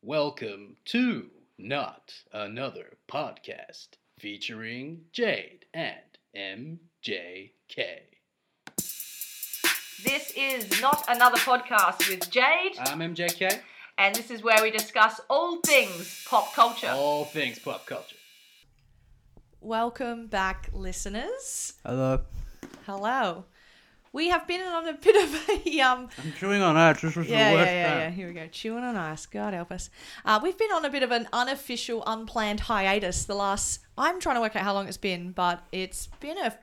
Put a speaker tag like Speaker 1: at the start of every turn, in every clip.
Speaker 1: Welcome to Not Another Podcast featuring Jade and MJK.
Speaker 2: This is Not Another Podcast with Jade,
Speaker 1: I'm MJK.
Speaker 2: and this is where we discuss all things pop culture.
Speaker 1: All things pop culture.
Speaker 3: Welcome back, listeners.
Speaker 4: Hello.
Speaker 3: Hello. We have been on a bit of a um.
Speaker 4: I'm chewing on ice. This was
Speaker 3: Yeah,
Speaker 4: the
Speaker 3: yeah,
Speaker 4: worst
Speaker 3: yeah, yeah.
Speaker 4: time.
Speaker 3: Here we go. Chewing on ice. God help us. Uh, we've been on a bit of an unofficial, unplanned hiatus. The last. I'm trying to work out how long it's been, but it's been a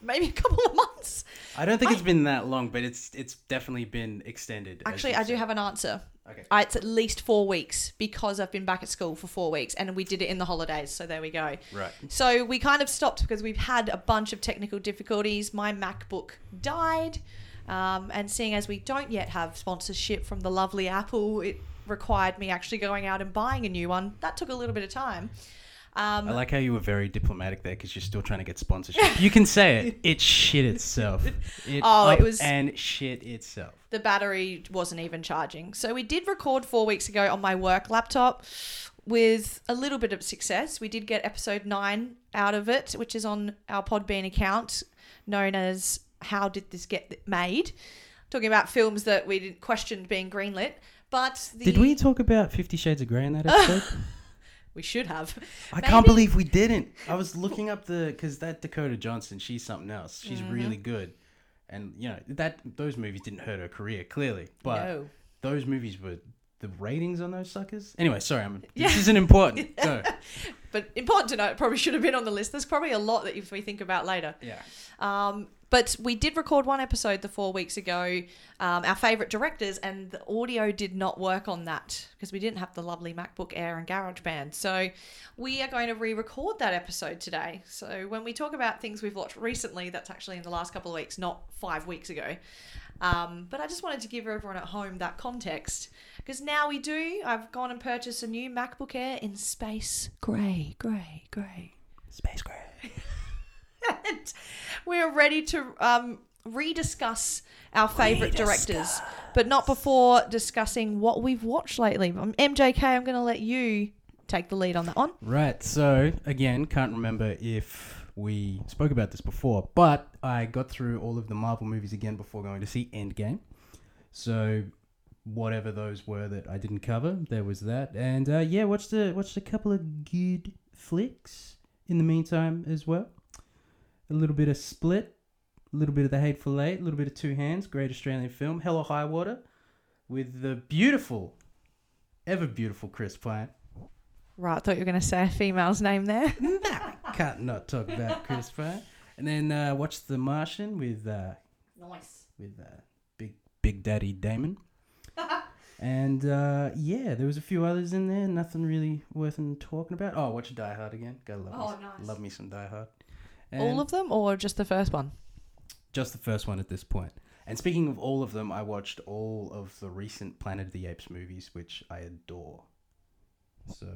Speaker 3: maybe a couple of months.
Speaker 4: I don't think it's been that long, but it's it's definitely been extended. as
Speaker 3: Actually,
Speaker 4: you
Speaker 3: I do
Speaker 4: said.
Speaker 3: have an answer.
Speaker 4: Okay.
Speaker 3: Uh, it's at least four weeks because I've been back at school for four weeks, and we did it in the holidays. So there we go.
Speaker 4: Right.
Speaker 3: So we kind of stopped because we've had a bunch of technical difficulties. My MacBook died, um, and seeing as we don't yet have sponsorship from the lovely Apple, it required me actually going out and buying a new one. That took a little bit of time. Um,
Speaker 4: I like how you were very diplomatic there because you're still trying to get sponsorship. you can say it. It shit itself. It
Speaker 3: Oh, it
Speaker 4: up
Speaker 3: was-
Speaker 4: and shit itself.
Speaker 3: the battery wasn't even charging. So we did record four weeks ago on my work laptop with a little bit of success. We did get episode nine out of it, which is on our Podbean account, known as How Did This Get Made? Talking about films that we didn't questioned being greenlit. But the,
Speaker 4: Did we talk about Fifty Shades of Grey in that episode?
Speaker 3: We should have.
Speaker 4: I can't
Speaker 3: Maybe-
Speaker 4: believe we didn't. I was looking up the because that Dakota Johnson, she's something else. She's
Speaker 3: Mm-hmm.
Speaker 4: really good, and you know that those movies didn't hurt her career clearly, but
Speaker 3: No.
Speaker 4: those movies were the ratings on those suckers. Anyway, sorry, I'm. This isn't important. Go.
Speaker 3: But important to note, it probably should have been on the list. There's probably a lot that if we think about later.
Speaker 4: Yeah.
Speaker 3: Um, but we did record one episode the four weeks ago, um, our favourite directors, and the audio did not work on that because we didn't have the lovely MacBook Air and GarageBand. So we are going to re record that episode today. So when we talk about things we've watched recently, that's actually in the last couple of weeks, not five weeks ago. Um, but I just wanted to give everyone at home that context because now we do. I've gone and purchased a new MacBook Air in space grey, grey, grey
Speaker 4: Space Gray.
Speaker 3: and we're ready to um, rediscuss our favorite directors, but not before discussing what we've watched lately. Um, MJK, I'm going to let you take the lead on that one.
Speaker 4: Right. So again, can't remember if we spoke about this before, but I got through all of the Marvel movies again before going to see Endgame. So whatever those were that I didn't cover, there was that. And uh, yeah, watched a watched a couple of good flicks in the meantime as well. A little bit of Split, a little bit of The Hateful Eight, a little bit of Two Hands, great Australian film, Hell or High Water, with the beautiful, ever beautiful Chris Pine.
Speaker 3: Right, I thought you were going to say a female's name there.
Speaker 4: Can't not talk about Chris Pratt. And then uh, watch The Martian with uh,
Speaker 3: Nice.
Speaker 4: with uh, Big Big Daddy Damon. and uh, yeah, there was a few others in there. Nothing really worth talking about. Oh, watch Die Hard again. Gotta love,
Speaker 3: Oh,
Speaker 4: me,
Speaker 3: nice.
Speaker 4: love me some Die Hard.
Speaker 3: All
Speaker 4: And-
Speaker 3: of them, or just the first one?
Speaker 4: just the first one at this point. And speaking of all of them, I watched all of the recent Planet of the Apes movies, which I adore. So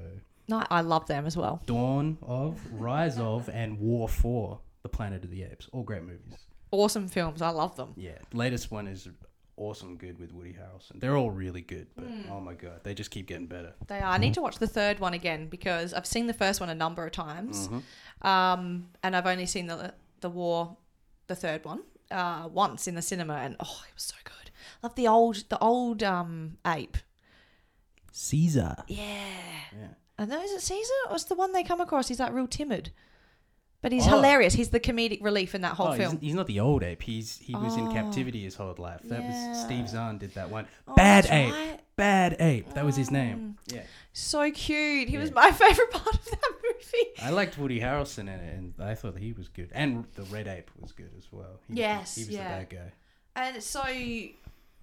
Speaker 3: No, I love them as well.
Speaker 4: Dawn of, Rise of, and War for the Planet of the Apes. All great movies.
Speaker 3: Awesome films. I love them.
Speaker 4: Yeah, latest one is awesome good with Woody Harrelson. They're all really good, but
Speaker 3: Mm.
Speaker 4: oh my god, they just keep getting better.
Speaker 3: They are. I need to watch the third one again because I've seen the first one a number of times,
Speaker 4: Mm-hmm.
Speaker 3: um, and I've only seen the the war, the third one, uh, once in the cinema, and oh, it was so good. Love the old the old um, ape.
Speaker 4: Caesar.
Speaker 3: Yeah.
Speaker 4: Yeah.
Speaker 3: And then is it Caesar? Or it's the one they come across? He's like real timid, but he's
Speaker 4: Oh.
Speaker 3: hilarious. He's the comedic relief in that whole
Speaker 4: Oh, he's,
Speaker 3: film.
Speaker 4: he's not the old ape. He's he was in
Speaker 3: Oh.
Speaker 4: captivity his whole life. That was
Speaker 3: Yeah.
Speaker 4: Steve Zahn did that one.
Speaker 3: Oh,
Speaker 4: Bad
Speaker 3: that's
Speaker 4: ape.
Speaker 3: right. Mm.
Speaker 4: Bad ape. That was his name. Yeah.
Speaker 3: So cute. He was
Speaker 4: Yeah.
Speaker 3: my favorite part of that movie.
Speaker 4: I liked Woody Harrelson in it, and I thought he was good. And the red ape was good as well. He was the-
Speaker 3: Yes,
Speaker 4: he was
Speaker 3: yeah.
Speaker 4: the bad guy.
Speaker 3: And it's so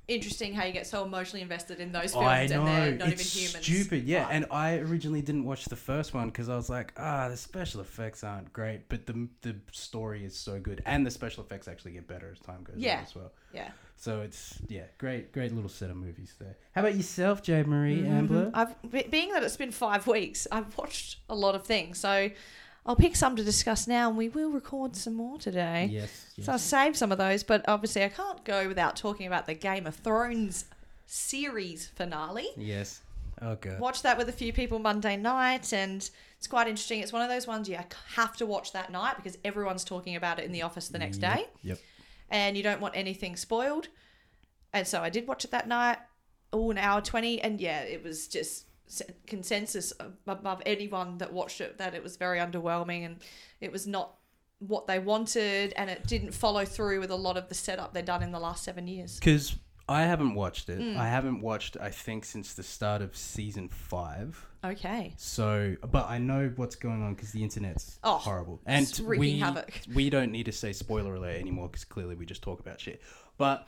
Speaker 3: interesting how you get so emotionally invested in those films
Speaker 4: I know.
Speaker 3: and they're not
Speaker 4: it's
Speaker 3: even humans.
Speaker 4: stupid. Yeah, and I originally didn't watch the first one because I was like, ah, the special effects aren't great, but the the story is so good, and the special effects actually get better as time goes
Speaker 3: Yeah.
Speaker 4: on as well.
Speaker 3: Yeah.
Speaker 4: So it's yeah, great, great little set of movies there. How about yourself, Jade Marie
Speaker 3: Mm-hmm.
Speaker 4: Ambler?
Speaker 3: I've be- being that it's been five weeks, I've watched a lot of things. So I'll pick some to discuss now and we will record some more today.
Speaker 4: Yes, yes.
Speaker 3: So I'll save some of those, but obviously I can't go without talking about the Game of Thrones series finale.
Speaker 4: yes. Oh god.
Speaker 3: watched that with a few people Monday night, and it's quite interesting. It's one of those ones you have to watch that night because everyone's talking about it in the office the next day,
Speaker 4: Yep.
Speaker 3: and you don't want anything spoiled. And so I did watch it that night, all an hour 20, and yeah, it was just s- consensus above anyone that watched it that it was very underwhelming and it was not what they wanted and it didn't follow through with a lot of the setup they've done in the last seven years.
Speaker 4: Because I haven't watched it.
Speaker 3: Mm.
Speaker 4: I haven't watched. I think since the start of season five.
Speaker 3: Okay.
Speaker 4: So, but I know what's going on because the internet's
Speaker 3: Oh,
Speaker 4: horrible, and
Speaker 3: it's wreaking
Speaker 4: we
Speaker 3: havoc.
Speaker 4: we don't need to say spoiler alert anymore because clearly we just talk about shit. But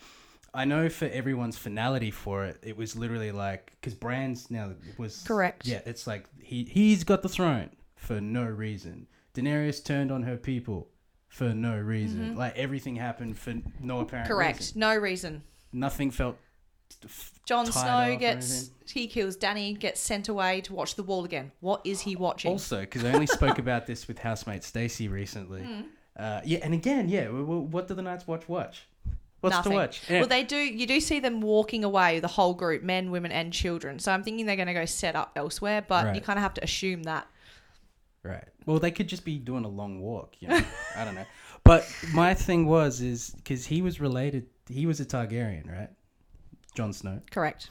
Speaker 4: I know for everyone's finality for it, it was literally like because Brands now was
Speaker 3: Correct.
Speaker 4: Yeah, it's like he he's got the throne for no reason. Daenerys turned on her people for no reason. Like everything happened for no apparent
Speaker 3: Mm-hmm. Correct.
Speaker 4: reason.
Speaker 3: No reason.
Speaker 4: Nothing felt. f-
Speaker 3: Jon
Speaker 4: tied up
Speaker 3: Snow
Speaker 4: or
Speaker 3: gets
Speaker 4: anything.
Speaker 3: he kills Danny, gets sent away to watch the wall again. What is he watching?
Speaker 4: Also, because I only spoke about this with housemate Stacy recently.
Speaker 3: Hmm.
Speaker 4: Uh, yeah, and again, yeah. w- w- What do the Knights Watch watch? What's
Speaker 3: Nothing.
Speaker 4: to watch? Yeah.
Speaker 3: Well, they do. You do see them walking away, the whole group, men, women, and children. So I'm thinking they're going to go set up elsewhere, but you
Speaker 4: Right.
Speaker 3: kind of have to assume that.
Speaker 4: right. Well, they could just be doing a long walk. You know? I don't know. But my thing was is because he was related. He was a Targaryen, right? Jon Snow,
Speaker 3: Correct.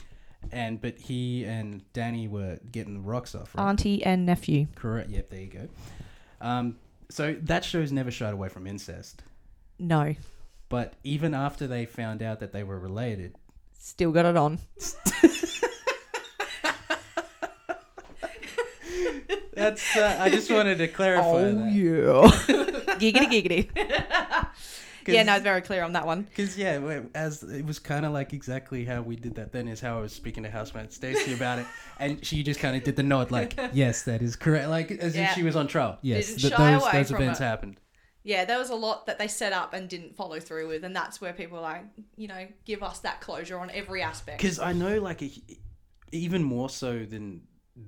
Speaker 4: and but he and Danny were getting the rocks off. Right?
Speaker 3: Auntie and nephew.
Speaker 4: Correct. Yep. There you go. Um, so that show's never shied away from incest.
Speaker 3: No,
Speaker 4: But even after they found out that they were related,
Speaker 3: still got it on.
Speaker 4: That's. Uh, I just wanted to clarify that.
Speaker 3: Oh, yeah. giggity giggity. yeah, no, it's very clear on that one.
Speaker 4: Because yeah, we- as it was kind of like exactly how we did that. Then is how I was speaking to housemate Stacey about it, and she just kind of did the nod, like, "Yes, that is correct," like as
Speaker 3: Yeah.
Speaker 4: if she was on trial. Yes,
Speaker 3: Didn't
Speaker 4: th-
Speaker 3: shy
Speaker 4: those
Speaker 3: away
Speaker 4: those
Speaker 3: from
Speaker 4: events
Speaker 3: it.
Speaker 4: happened.
Speaker 3: Yeah, there was a lot that they set up and didn't follow through with, and that's where people are like, you know, give us that closure on every aspect.
Speaker 4: Because I know, like, a, even more so than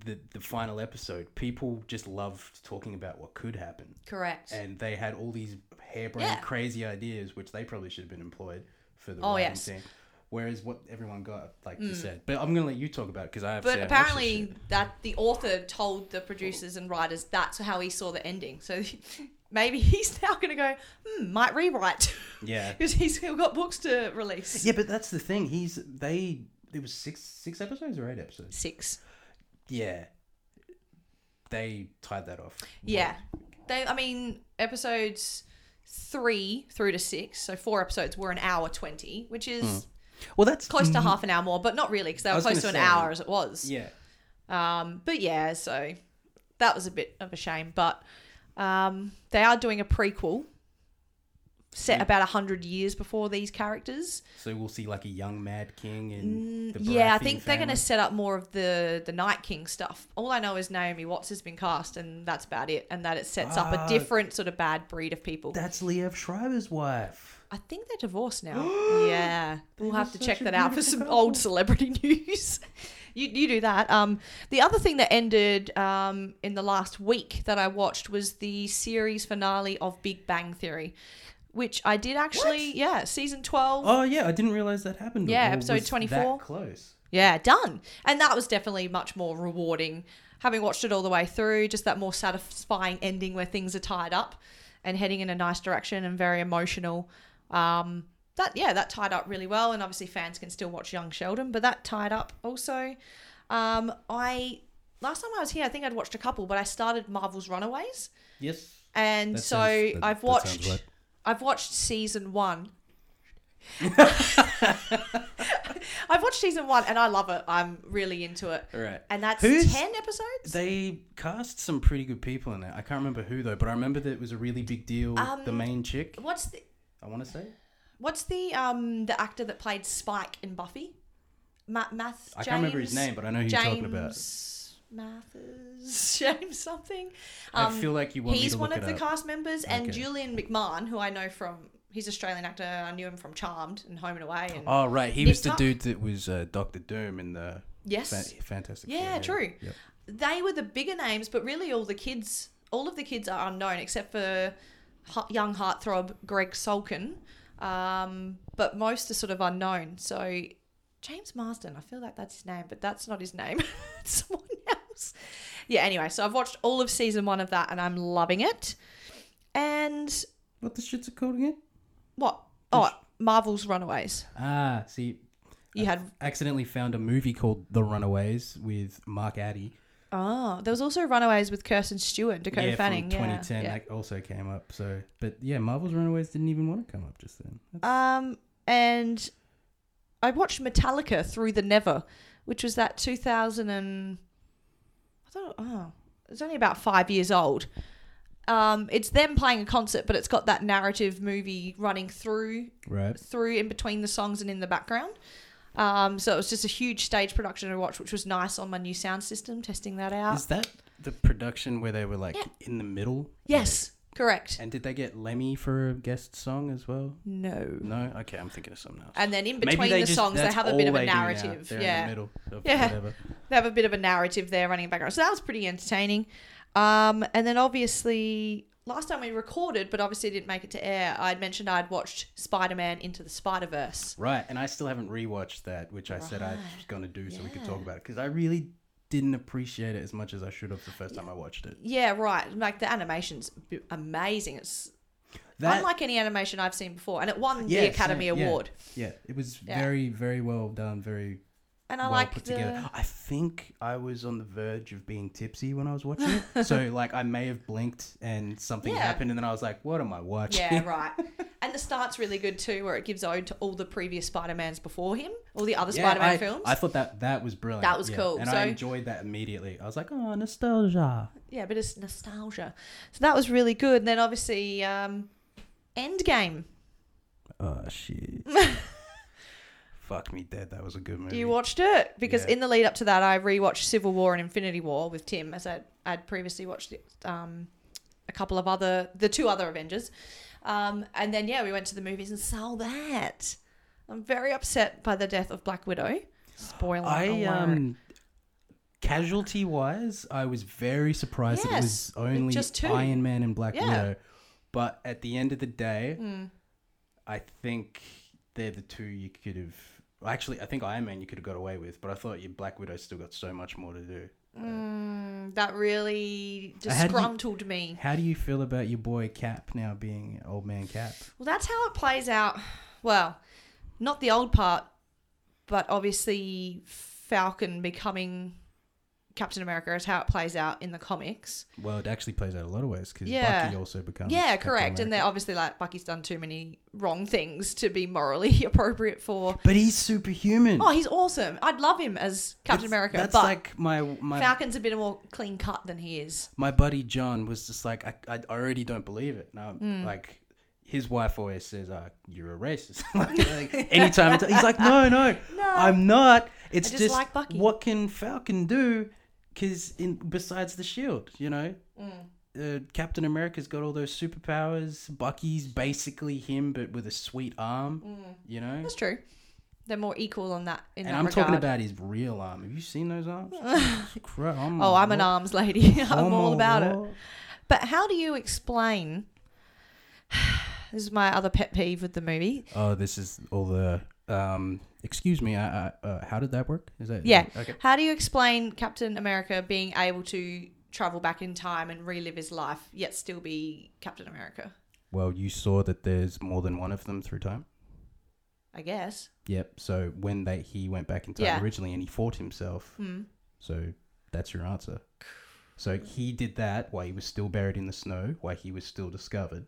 Speaker 4: the the final episode, people just loved talking about what could happen,
Speaker 3: Correct.
Speaker 4: and they had all these harebrained,
Speaker 3: Yeah.
Speaker 4: crazy ideas, which they probably should have been employed for the
Speaker 3: Oh,
Speaker 4: writing
Speaker 3: yes. Mm.
Speaker 4: team. Whereas what everyone got, like you said, but I'm gonna let you talk about it because I have. to
Speaker 3: But
Speaker 4: say I watched this shit.
Speaker 3: apparently, that the author told the producers and writers that's how he saw the ending. So maybe he's now going to go, hmm, might rewrite
Speaker 4: Yeah.
Speaker 3: because he's still got books to release.
Speaker 4: Yeah, but that's the thing. He's they. It was six six episodes or eight episodes.
Speaker 3: Six.
Speaker 4: Yeah. They tied that off.
Speaker 3: Yeah, they. I mean, episodes three through to six, so four episodes were an hour twenty, which is
Speaker 4: Well, that's
Speaker 3: close to half an hour more, but not really because they were
Speaker 4: was
Speaker 3: close to
Speaker 4: gonna
Speaker 3: an
Speaker 4: say-
Speaker 3: hour as it was.
Speaker 4: Mm-hmm. Yeah.
Speaker 3: Um, but yeah, so that was a bit of a shame. But um, they are doing a prequel set about a hundred years before these characters.
Speaker 4: So we'll see like a young Mad King and the
Speaker 3: Mm, yeah, I
Speaker 4: Baratheon
Speaker 3: think they're going to
Speaker 4: family.
Speaker 3: set up more of the the Night King stuff. All I know is Naomi Watts has been cast, and that's about it. And that it sets up
Speaker 4: Ah.
Speaker 3: a different sort of bad breed of people.
Speaker 4: That's Liev Schreiber's wife.
Speaker 3: I think they're divorced now. yeah, we'll
Speaker 4: were
Speaker 3: have to
Speaker 4: such
Speaker 3: check
Speaker 4: a
Speaker 3: that out for
Speaker 4: beautiful
Speaker 3: some
Speaker 4: couple.
Speaker 3: old celebrity news. you, you do that. Um, the other thing that ended um, in the last week that I watched was the series finale of Big Bang Theory, which I did actually. Yeah, season twelve.
Speaker 4: Oh yeah, I didn't realize that happened.
Speaker 3: Yeah,
Speaker 4: Or
Speaker 3: episode
Speaker 4: was that
Speaker 3: 24.
Speaker 4: Close.
Speaker 3: Yeah, done. And that was definitely much more rewarding. Having watched it all the way through, just that more satisfying ending where things are tied up and heading in a nice direction and very emotional. Um, that yeah, that tied up really well, and obviously fans can still watch Young Sheldon, but that tied up also. Um, I last time I was here, I think I'd watched a couple, but I started Marvel's Runaways,
Speaker 4: Yes.
Speaker 3: and
Speaker 4: That
Speaker 3: so
Speaker 4: sounds- that-
Speaker 3: I've
Speaker 4: that sounds
Speaker 3: watched
Speaker 4: right.
Speaker 3: I've watched season one. I've watched season one and I love it. I'm really into it.
Speaker 4: Right.
Speaker 3: And that's
Speaker 4: Who's-
Speaker 3: ten episodes.
Speaker 4: They cast some pretty good people in it. I can't remember who though, but I remember that it was a really big deal.
Speaker 3: Um,
Speaker 4: the main chick,
Speaker 3: What's the
Speaker 4: I want to say.
Speaker 3: what's the um the actor that played Spike in Buffy? Ma- Math.
Speaker 4: I can't remember his
Speaker 3: James-
Speaker 4: name, but I know who you're
Speaker 3: James
Speaker 4: talking about.
Speaker 3: Mathers, James something. Um,
Speaker 4: I feel like you want me
Speaker 3: He's
Speaker 4: to
Speaker 3: one
Speaker 4: look
Speaker 3: of
Speaker 4: it
Speaker 3: the
Speaker 4: up.
Speaker 3: cast members, and
Speaker 4: Okay.
Speaker 3: Julian McMahon, who I know from he's Australian actor. I knew him from Charmed and Home and Away, and
Speaker 4: Oh right, he
Speaker 3: Nip
Speaker 4: was the
Speaker 3: Tuck.
Speaker 4: dude that was uh, Doctor Doom in the
Speaker 3: yes,
Speaker 4: Fan- Fantastic.
Speaker 3: Yeah,
Speaker 4: Four,
Speaker 3: true.
Speaker 4: Yep.
Speaker 3: they were the bigger names, but really all the kids, all of the kids are unknown except for hu- young heartthrob Greg Sulkin. Um, but most are sort of unknown. So James Marsden. I feel like that's his name, but that's not his name. it's someone else. Yeah, anyway, so I've watched all of season one of that and I'm loving it. And
Speaker 4: What the shit's it called again?
Speaker 3: what? Oh, Marvel's Runaways.
Speaker 4: Ah, see,
Speaker 3: You had.
Speaker 4: accidentally found a movie called The Runaways with Mark Addy.
Speaker 3: Oh, there was also Runaways with Kirsten Stewart, Dakota
Speaker 4: yeah,
Speaker 3: Fanning.
Speaker 4: from
Speaker 3: yeah,
Speaker 4: 2010.
Speaker 3: yeah.
Speaker 4: That also came up. So, but yeah, Marvel's Runaways didn't even want to come up just then. That's-
Speaker 3: Um, and I watched Metallica Through the Never, which was that 2000 and I thought, oh, it's only about five years old. Um, it's them playing a concert, but it's got that narrative movie running through,
Speaker 4: right.
Speaker 3: through in between the songs and in the background. Um, so it was just a huge stage production to watch, which was nice on my new sound system, testing that out.
Speaker 4: Is that the production where they were like
Speaker 3: Uh, Yeah.
Speaker 4: in the middle?
Speaker 3: yes, correct.
Speaker 4: And did they get Lemmy for a guest song as well?
Speaker 3: No.
Speaker 4: No. Okay, I'm thinking of something else.
Speaker 3: And then Uh, in between the
Speaker 4: just-
Speaker 3: songs, they
Speaker 4: that's
Speaker 3: have a
Speaker 4: all
Speaker 3: bit of
Speaker 4: they
Speaker 3: a
Speaker 4: do now.
Speaker 3: narrative.
Speaker 4: They're
Speaker 3: yeah.
Speaker 4: in the middle of
Speaker 3: Yeah.
Speaker 4: whatever.
Speaker 3: they have a bit of a narrative there running in the background. So that was pretty entertaining. Um, and then obviously, last time we recorded, but obviously didn't make it to air, I'd mentioned I'd watched Spider Man Into the Spider Verse.
Speaker 4: Right, and I still haven't rewatched that, which I said I was going to do so we could talk
Speaker 3: Yeah.
Speaker 4: about it because I really didn't appreciate it as much as I should have the first time I watched it.
Speaker 3: Yeah, right. Like the animation's b- amazing. It's
Speaker 4: That
Speaker 3: unlike any animation I've seen before, and it won
Speaker 4: yeah,
Speaker 3: the Academy
Speaker 4: same, yeah.
Speaker 3: Award.
Speaker 4: Yeah, it was
Speaker 3: Yeah.
Speaker 4: very, very well done, very
Speaker 3: And I
Speaker 4: well
Speaker 3: like
Speaker 4: put
Speaker 3: the
Speaker 4: together. I think I was on the verge of being tipsy when I was watching it, so like I may have blinked and something
Speaker 3: Yeah.
Speaker 4: happened, and then I was like, "What am I watching?"
Speaker 3: yeah, right. And the start's really good too, where it gives ode to all the previous Spider Mans before him, all the other
Speaker 4: Yeah,
Speaker 3: Spider Man
Speaker 4: I-
Speaker 3: films.
Speaker 4: I thought that that was brilliant.
Speaker 3: That was cool,
Speaker 4: and I
Speaker 3: so-
Speaker 4: enjoyed that immediately. I was like, "Oh, nostalgia."
Speaker 3: yeah, a bit of nostalgia. So that was really good. And then obviously, um, Endgame.
Speaker 4: Oh shit. Fuck me dead. That was a good movie.
Speaker 3: You watched it because
Speaker 4: Yeah.
Speaker 3: in the lead up to that, I rewatched Civil War and Infinity War with Tim, as I'd, I'd previously watched it, um, a couple of other, the two other Avengers. Um, and then yeah, we went to the movies and saw that. I'm very upset by the death of Black Widow. Spoiler
Speaker 4: I
Speaker 3: alert.
Speaker 4: um casualty wise, I was very surprised that it was
Speaker 3: Yes,
Speaker 4: only
Speaker 3: just two.
Speaker 4: Iron Man and Black
Speaker 3: Yeah.
Speaker 4: Widow. But at the end of the day,
Speaker 3: Hmm.
Speaker 4: I think they're the two you could have actually I think Iron Man you could have got away with, but I thought your Black Widow still got so much more to do.
Speaker 3: Mm, that really
Speaker 4: I had you-
Speaker 3: disgruntled me.
Speaker 4: How do you feel about your boy Cap now being old man Cap?
Speaker 3: Well, that's how it plays out. Well, not the old part, but obviously Falcon becoming Captain America is how it plays out in the comics.
Speaker 4: Well, it actually plays out a lot of ways because
Speaker 3: Yeah.
Speaker 4: Bucky also becomes
Speaker 3: yeah,
Speaker 4: Captain
Speaker 3: correct. And
Speaker 4: America.
Speaker 3: they're obviously like Bucky's done too many wrong things to be morally appropriate for.
Speaker 4: But he's superhuman.
Speaker 3: Oh, he's awesome. I'd love him as Captain
Speaker 4: That's-
Speaker 3: America,
Speaker 4: That's
Speaker 3: but
Speaker 4: like my my
Speaker 3: Falcon's a bit more clean cut than he is.
Speaker 4: my buddy John was just like, I, I already don't believe it. Now, like, his wife always says, uh, "You're a racist." like, like, anytime it's, he's like, "No, no, I'm not. It's
Speaker 3: just
Speaker 4: just,
Speaker 3: like Bucky."
Speaker 4: what can Falcon do? Because in besides the shield, you know,
Speaker 3: Mm.
Speaker 4: uh, Captain America's got all those superpowers. Bucky's basically him, but with a sweet arm. You know.
Speaker 3: Mm. That's true. They're more equal on that in
Speaker 4: And
Speaker 3: that
Speaker 4: I'm
Speaker 3: regard.
Speaker 4: talking about his real arm. Have you seen those arms? Christ, I'm
Speaker 3: Oh, I'm an
Speaker 4: all-
Speaker 3: arms lady. I'm all
Speaker 4: a
Speaker 3: about it.
Speaker 4: war.
Speaker 3: But how do you explain? This is my other pet peeve with the movie.
Speaker 4: Oh, this is all the. Um, excuse me. I, I, uh, how did that work? Is that
Speaker 3: Yeah.
Speaker 4: Okay.
Speaker 3: How do you explain Captain America being able to travel back in time and relive his life, yet still be Captain America?
Speaker 4: Well, you saw that there's more than one of them through time.
Speaker 3: I guess.
Speaker 4: Yep. So when they he went back in time
Speaker 3: Yeah.
Speaker 4: originally and he fought himself.
Speaker 3: Hmm.
Speaker 4: So that's your answer. So he did that while he was still buried in the snow, while he was still discovered.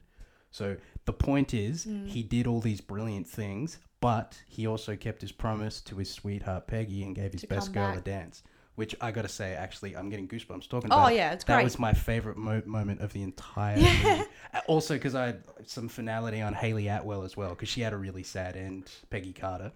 Speaker 4: So the point is,
Speaker 3: Hmm.
Speaker 4: he did all these brilliant things, but he also kept his promise to his sweetheart Peggy and gave his
Speaker 3: To
Speaker 4: best
Speaker 3: come
Speaker 4: girl a
Speaker 3: back.
Speaker 4: dance. Which I gotta say, actually, I'm getting goosebumps talking
Speaker 3: Oh,
Speaker 4: about. it.
Speaker 3: yeah, it's
Speaker 4: that
Speaker 3: great.
Speaker 4: was my favorite mo- moment of the entire. Movie. Uh, Also, because I had some finality on Haley Atwell as well, because she had a really sad end, Peggy Carter.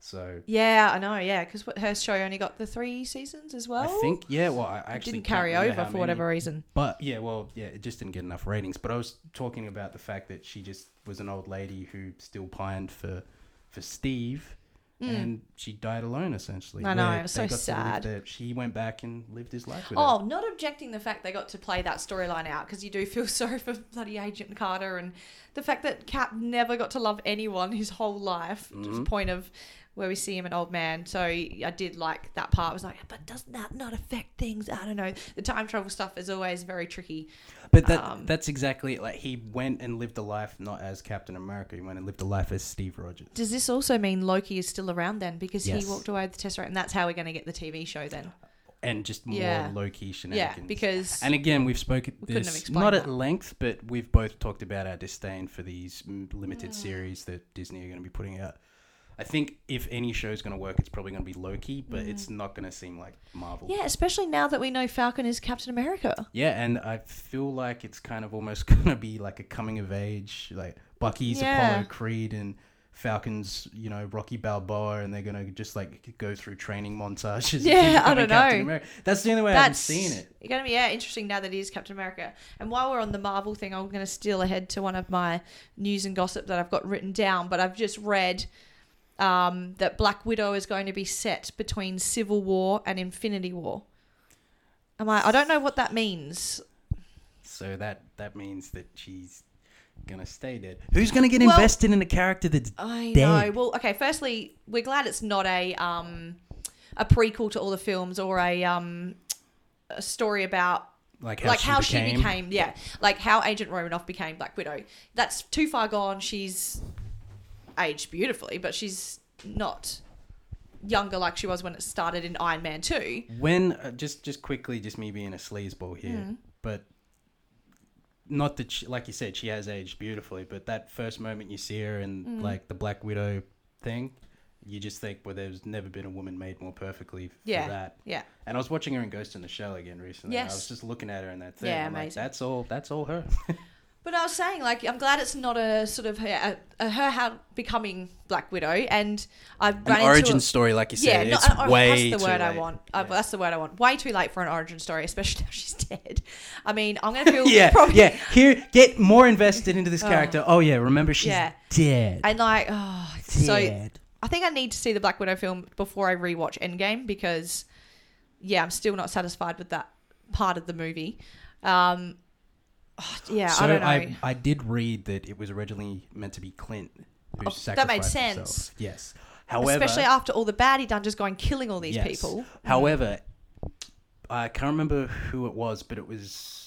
Speaker 4: So
Speaker 3: Yeah, I know. Yeah, because her show only got the three seasons as well.
Speaker 4: I think, yeah, well, I
Speaker 3: it
Speaker 4: actually
Speaker 3: didn't
Speaker 4: can't
Speaker 3: carry
Speaker 4: remember
Speaker 3: over
Speaker 4: how
Speaker 3: for whatever
Speaker 4: many,
Speaker 3: reason.
Speaker 4: But yeah, well, yeah, it just didn't get enough ratings. But I was talking about the fact that she just was an old lady who still pined for for Steve, and she died alone essentially.
Speaker 3: Mm. I know,
Speaker 4: where
Speaker 3: it was
Speaker 4: they got
Speaker 3: so
Speaker 4: to live
Speaker 3: sad.
Speaker 4: their- she went back and lived his life with her.
Speaker 3: Oh, not objecting the fact they got to play that storyline out because you do feel sorry for bloody Agent
Speaker 4: Mm-hmm.
Speaker 3: Carter and the fact that Cap never got to love anyone his whole life to the point of where we see him an old man. So I did like that part. I was like, but doesn't that not affect things? I don't know. The time travel stuff is always very tricky.
Speaker 4: But that
Speaker 3: Um,
Speaker 4: that's exactly it. Like he went and lived a life not as Captain America. He went and lived a life as Steve Rogers.
Speaker 3: Does this also mean Loki is still around then because
Speaker 4: Yes.
Speaker 3: he walked away with the Tesseract, and that's how we're going to get the TV show then?
Speaker 4: and just more
Speaker 3: Yeah.
Speaker 4: low key
Speaker 3: Yeah,
Speaker 4: shenanigans.
Speaker 3: because
Speaker 4: and again, we've spoken
Speaker 3: couldn't have
Speaker 4: this
Speaker 3: explained
Speaker 4: not at
Speaker 3: that.
Speaker 4: length, but we've both talked about our disdain for these mm, limited series that Disney are going to be putting out. I think if any show's going to work, it's probably going to be Loki, but
Speaker 3: Mm.
Speaker 4: it's not going to seem like Marvel.
Speaker 3: yeah, especially now that we know Falcon is Captain America.
Speaker 4: Yeah, and I feel like it's kind of almost going to be like a coming of age, like Bucky's
Speaker 3: Yeah.
Speaker 4: Apollo Creed and Falcon's, you know, Rocky Balboa, and they're going to just like go through training montages. until
Speaker 3: Yeah,
Speaker 4: you
Speaker 3: I
Speaker 4: become
Speaker 3: don't
Speaker 4: Captain
Speaker 3: know.
Speaker 4: America. That's the only way
Speaker 3: That's
Speaker 4: I've seen it.
Speaker 3: Going to be yeah, interesting now that he is Captain America. And while we're on the Marvel thing, I'm going to steal ahead to one of my news and gossip that I've got written down, but I've just read um, that Black Widow is going to be set between Civil War and Infinity War. Am I? I don't know what that means.
Speaker 4: So that that means that she's gonna stay dead. Who's gonna get
Speaker 3: Well- Oh,
Speaker 4: invested in a character that's
Speaker 3: I
Speaker 4: dead?
Speaker 3: know. Well, okay. Firstly, we're glad it's not a um a prequel to all the films or a um a story about
Speaker 4: Like
Speaker 3: like how she became. yeah, like how Agent Romanoff became Black Widow. That's too far gone. She's aged beautifully, but she's not younger like she was when it started in Iron Man Two.
Speaker 4: When uh, just just quickly, just me being a sleazeball here,
Speaker 3: Mm-hmm.
Speaker 4: but not that she, like you said, she has aged beautifully. But that first moment you see her in
Speaker 3: Mm-hmm.
Speaker 4: like the Black Widow thing, you just think, well, there's never been a woman made more perfectly for
Speaker 3: Yeah,
Speaker 4: that.
Speaker 3: yeah.
Speaker 4: And I was watching her in Ghost in the Shell again recently. and I was
Speaker 3: Yes.
Speaker 4: just looking at her in that thing.
Speaker 3: Yeah,
Speaker 4: I'm like,
Speaker 3: amazing.
Speaker 4: that's all. That's all her.
Speaker 3: But I was saying, like, I'm glad it's not a sort of her, a, her how becoming Black Widow, and I've
Speaker 4: an
Speaker 3: run into
Speaker 4: origin
Speaker 3: a-
Speaker 4: story, like you
Speaker 3: Yeah,
Speaker 4: said,
Speaker 3: not,
Speaker 4: it's
Speaker 3: oh,
Speaker 4: way
Speaker 3: that's the
Speaker 4: too
Speaker 3: word I
Speaker 4: late.
Speaker 3: want.
Speaker 4: Yeah.
Speaker 3: Uh, that's the word I want. Way too late for an origin story, especially now she's dead. I mean, I'm gonna feel
Speaker 4: yeah,
Speaker 3: probably,
Speaker 4: yeah. Here, get more invested into this character. Oh yeah, remember she's
Speaker 3: Yeah.
Speaker 4: dead.
Speaker 3: and like, oh, so
Speaker 4: Dead.
Speaker 3: I think I need to see the Black Widow film before I rewatch Endgame because, yeah, I'm still not satisfied with that part of the movie. Um, oh, yeah,
Speaker 4: so
Speaker 3: I don't know.
Speaker 4: I, I did read that it was originally meant to be Clint who sacrificed
Speaker 3: made
Speaker 4: himself.
Speaker 3: Oh, sense.
Speaker 4: Yes. However,
Speaker 3: Especially after all the bad he done, just going killing all these
Speaker 4: yes.
Speaker 3: people.
Speaker 4: However, I can't remember who it was, but it was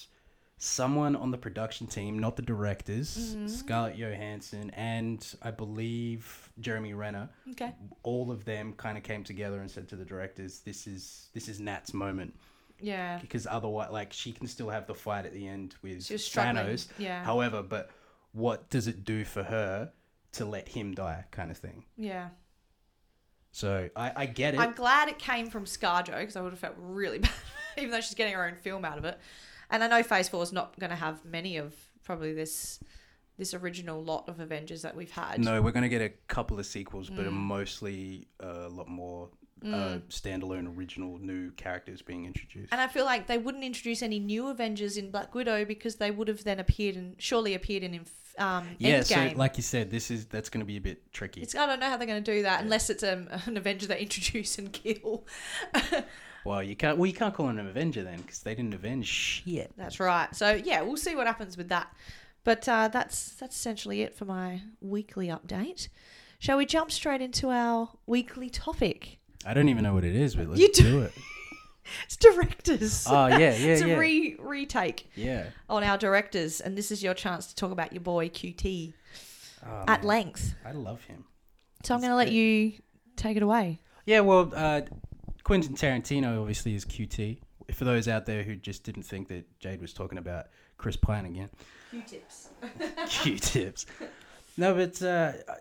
Speaker 4: someone on the production team, not the directors,
Speaker 3: Mm-hmm.
Speaker 4: Scarlett Johansson, and I believe Jeremy Renner.
Speaker 3: Okay.
Speaker 4: all of them kind of came together and said to the directors, "This is this is Nat's moment
Speaker 3: Yeah.
Speaker 4: because otherwise, like she can still have the fight at the end with
Speaker 3: She was struggling,
Speaker 4: Thanos.
Speaker 3: yeah.
Speaker 4: However, but what does it do for her to let him die, kind of thing?
Speaker 3: Yeah.
Speaker 4: So I, I get it.
Speaker 3: I'm glad it came from ScarJo because I would have felt really bad, even though she's getting her own film out of it. And I know Phase Four is not going to have many of probably this this original lot of Avengers that we've had.
Speaker 4: no, we're gonna get a couple of sequels, but are
Speaker 3: Mm.
Speaker 4: mostly uh, a lot more uh, standalone, original, new characters being introduced.
Speaker 3: And I feel like they wouldn't introduce any new Avengers in Black Widow because they would have then appeared and surely appeared in Inf- um,
Speaker 4: yeah,
Speaker 3: Endgame.
Speaker 4: so like you said, this is that's gonna be a bit tricky.
Speaker 3: it's, I don't know how they're going to do that unless it's um, an Avenger they introduce and kill.
Speaker 4: well, you can't well you can't call him an Avenger then because they didn't avenge shit.
Speaker 3: That's right. So yeah, we'll see what happens with that. But uh, that's that's essentially it for my weekly update. Shall we jump straight into our weekly topic?
Speaker 4: I don't even know what it is, but let's
Speaker 3: You do-
Speaker 4: do it.
Speaker 3: It's directors.
Speaker 4: Oh yeah, yeah,
Speaker 3: it's a
Speaker 4: yeah,
Speaker 3: re retake
Speaker 4: yeah.
Speaker 3: on our directors, and this is your chance to talk about your boy QT
Speaker 4: Oh,
Speaker 3: at
Speaker 4: man,
Speaker 3: length.
Speaker 4: I love him.
Speaker 3: So I'm going to let you take it away.
Speaker 4: Yeah, well, uh, Quentin Tarantino obviously is QT. For those out there who just didn't think that Jade was talking about Chris Pine again,
Speaker 3: Q-tips.
Speaker 4: Q-tips. No, but uh, I-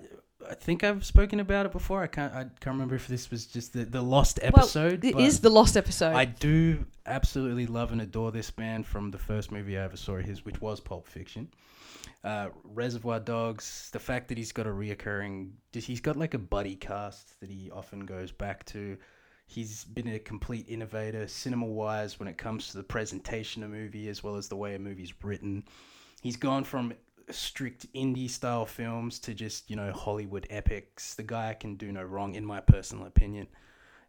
Speaker 4: I think I've spoken about it before. I can't. I can't remember if this was just the, the lost episode.
Speaker 3: well, it
Speaker 4: but
Speaker 3: is the lost episode.
Speaker 4: I do absolutely love and adore this man from the first movie I ever saw of his, which was Pulp Fiction. Uh, Reservoir Dogs. The fact that he's got a reoccurring, just- he's got like a buddy cast that he often goes back to. He's been a complete innovator, cinema-wise, when it comes to the presentation of movie as well as the way a movie's written. He's gone from strict indie style films to just you know Hollywood epics. The guy can do no wrong, in my personal opinion.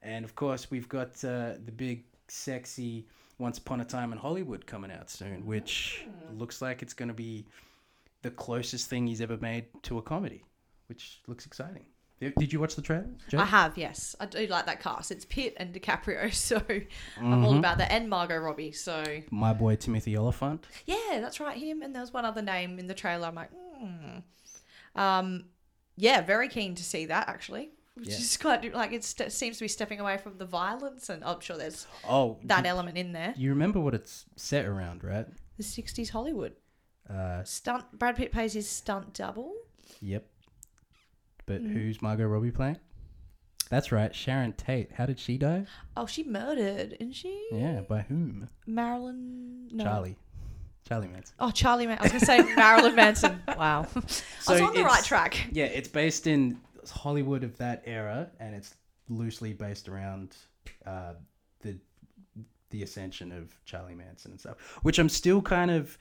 Speaker 4: And of course, we've got uh, the big, sexy Once Upon a Time in Hollywood coming out soon, which
Speaker 3: Hmm.
Speaker 4: looks like it's going to be the closest thing he's ever made to a comedy, which looks exciting. Did did you watch the trailer? Jade?
Speaker 3: I have, yes. I do like that cast. It's Pitt and DiCaprio, so I'm
Speaker 4: Mm-hmm.
Speaker 3: all about that. And Margot Robbie, so
Speaker 4: My boy Timothy Oliphant.
Speaker 3: yeah, that's right, him. And there was one other name in the trailer. I'm like, hmm. Um, yeah, very keen to see that actually. Which
Speaker 4: Yeah.
Speaker 3: is quite like it st- seems to be stepping away from the violence, and I'm sure there's
Speaker 4: Oh,
Speaker 3: that
Speaker 4: you,
Speaker 3: element in there.
Speaker 4: you remember what it's set around, right?
Speaker 3: The '60s Hollywood
Speaker 4: Uh,
Speaker 3: stunt. Brad Pitt plays his stunt double.
Speaker 4: yep. But
Speaker 3: Hmm.
Speaker 4: who's Margot Robbie playing? That's right, Sharon Tate. How did she die?
Speaker 3: Oh, she murdered, isn't she?
Speaker 4: Yeah, by whom?
Speaker 3: Marilyn. No.
Speaker 4: Charlie. Charlie Manson.
Speaker 3: Oh, Charlie. Man- I was gonna say Marilyn Manson. Wow, I was
Speaker 4: So
Speaker 3: on the
Speaker 4: it's-
Speaker 3: right track.
Speaker 4: Yeah, it's based in Hollywood of that era, and it's loosely based around uh, the the ascension of Charlie Manson and stuff, which I'm still kind of.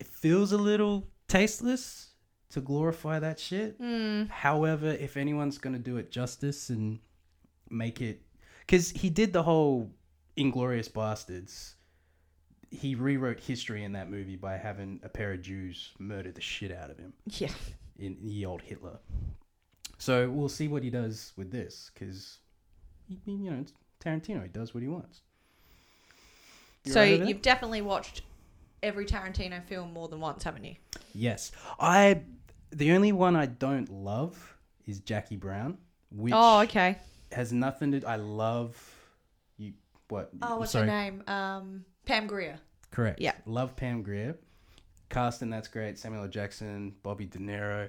Speaker 4: It feels a little tasteless to glorify that shit. However, if anyone's gonna do it justice and make it, because he did the whole Inglorious Bastards. He rewrote history in that movie by having a pair of Jews murder the shit out of him
Speaker 3: Yeah,
Speaker 4: in ye old Hitler. So we'll see what he does with this, because you know it's Tarantino. He does what he wants. You
Speaker 3: so
Speaker 4: right over
Speaker 3: you've definitely watched every Tarantino film more than once, haven't you?
Speaker 4: there? yes, I. The only one I don't love is Jackie Brown, which
Speaker 3: Oh, okay.
Speaker 4: has nothing to. I love you. What?
Speaker 3: Oh,
Speaker 4: I'm
Speaker 3: what's
Speaker 4: sorry.
Speaker 3: her name? Um, Pam Grier.
Speaker 4: Correct.
Speaker 3: Yeah.
Speaker 4: Love Pam Grier. Cast in that's great. Samuel L. Jackson, Bobby De Niro,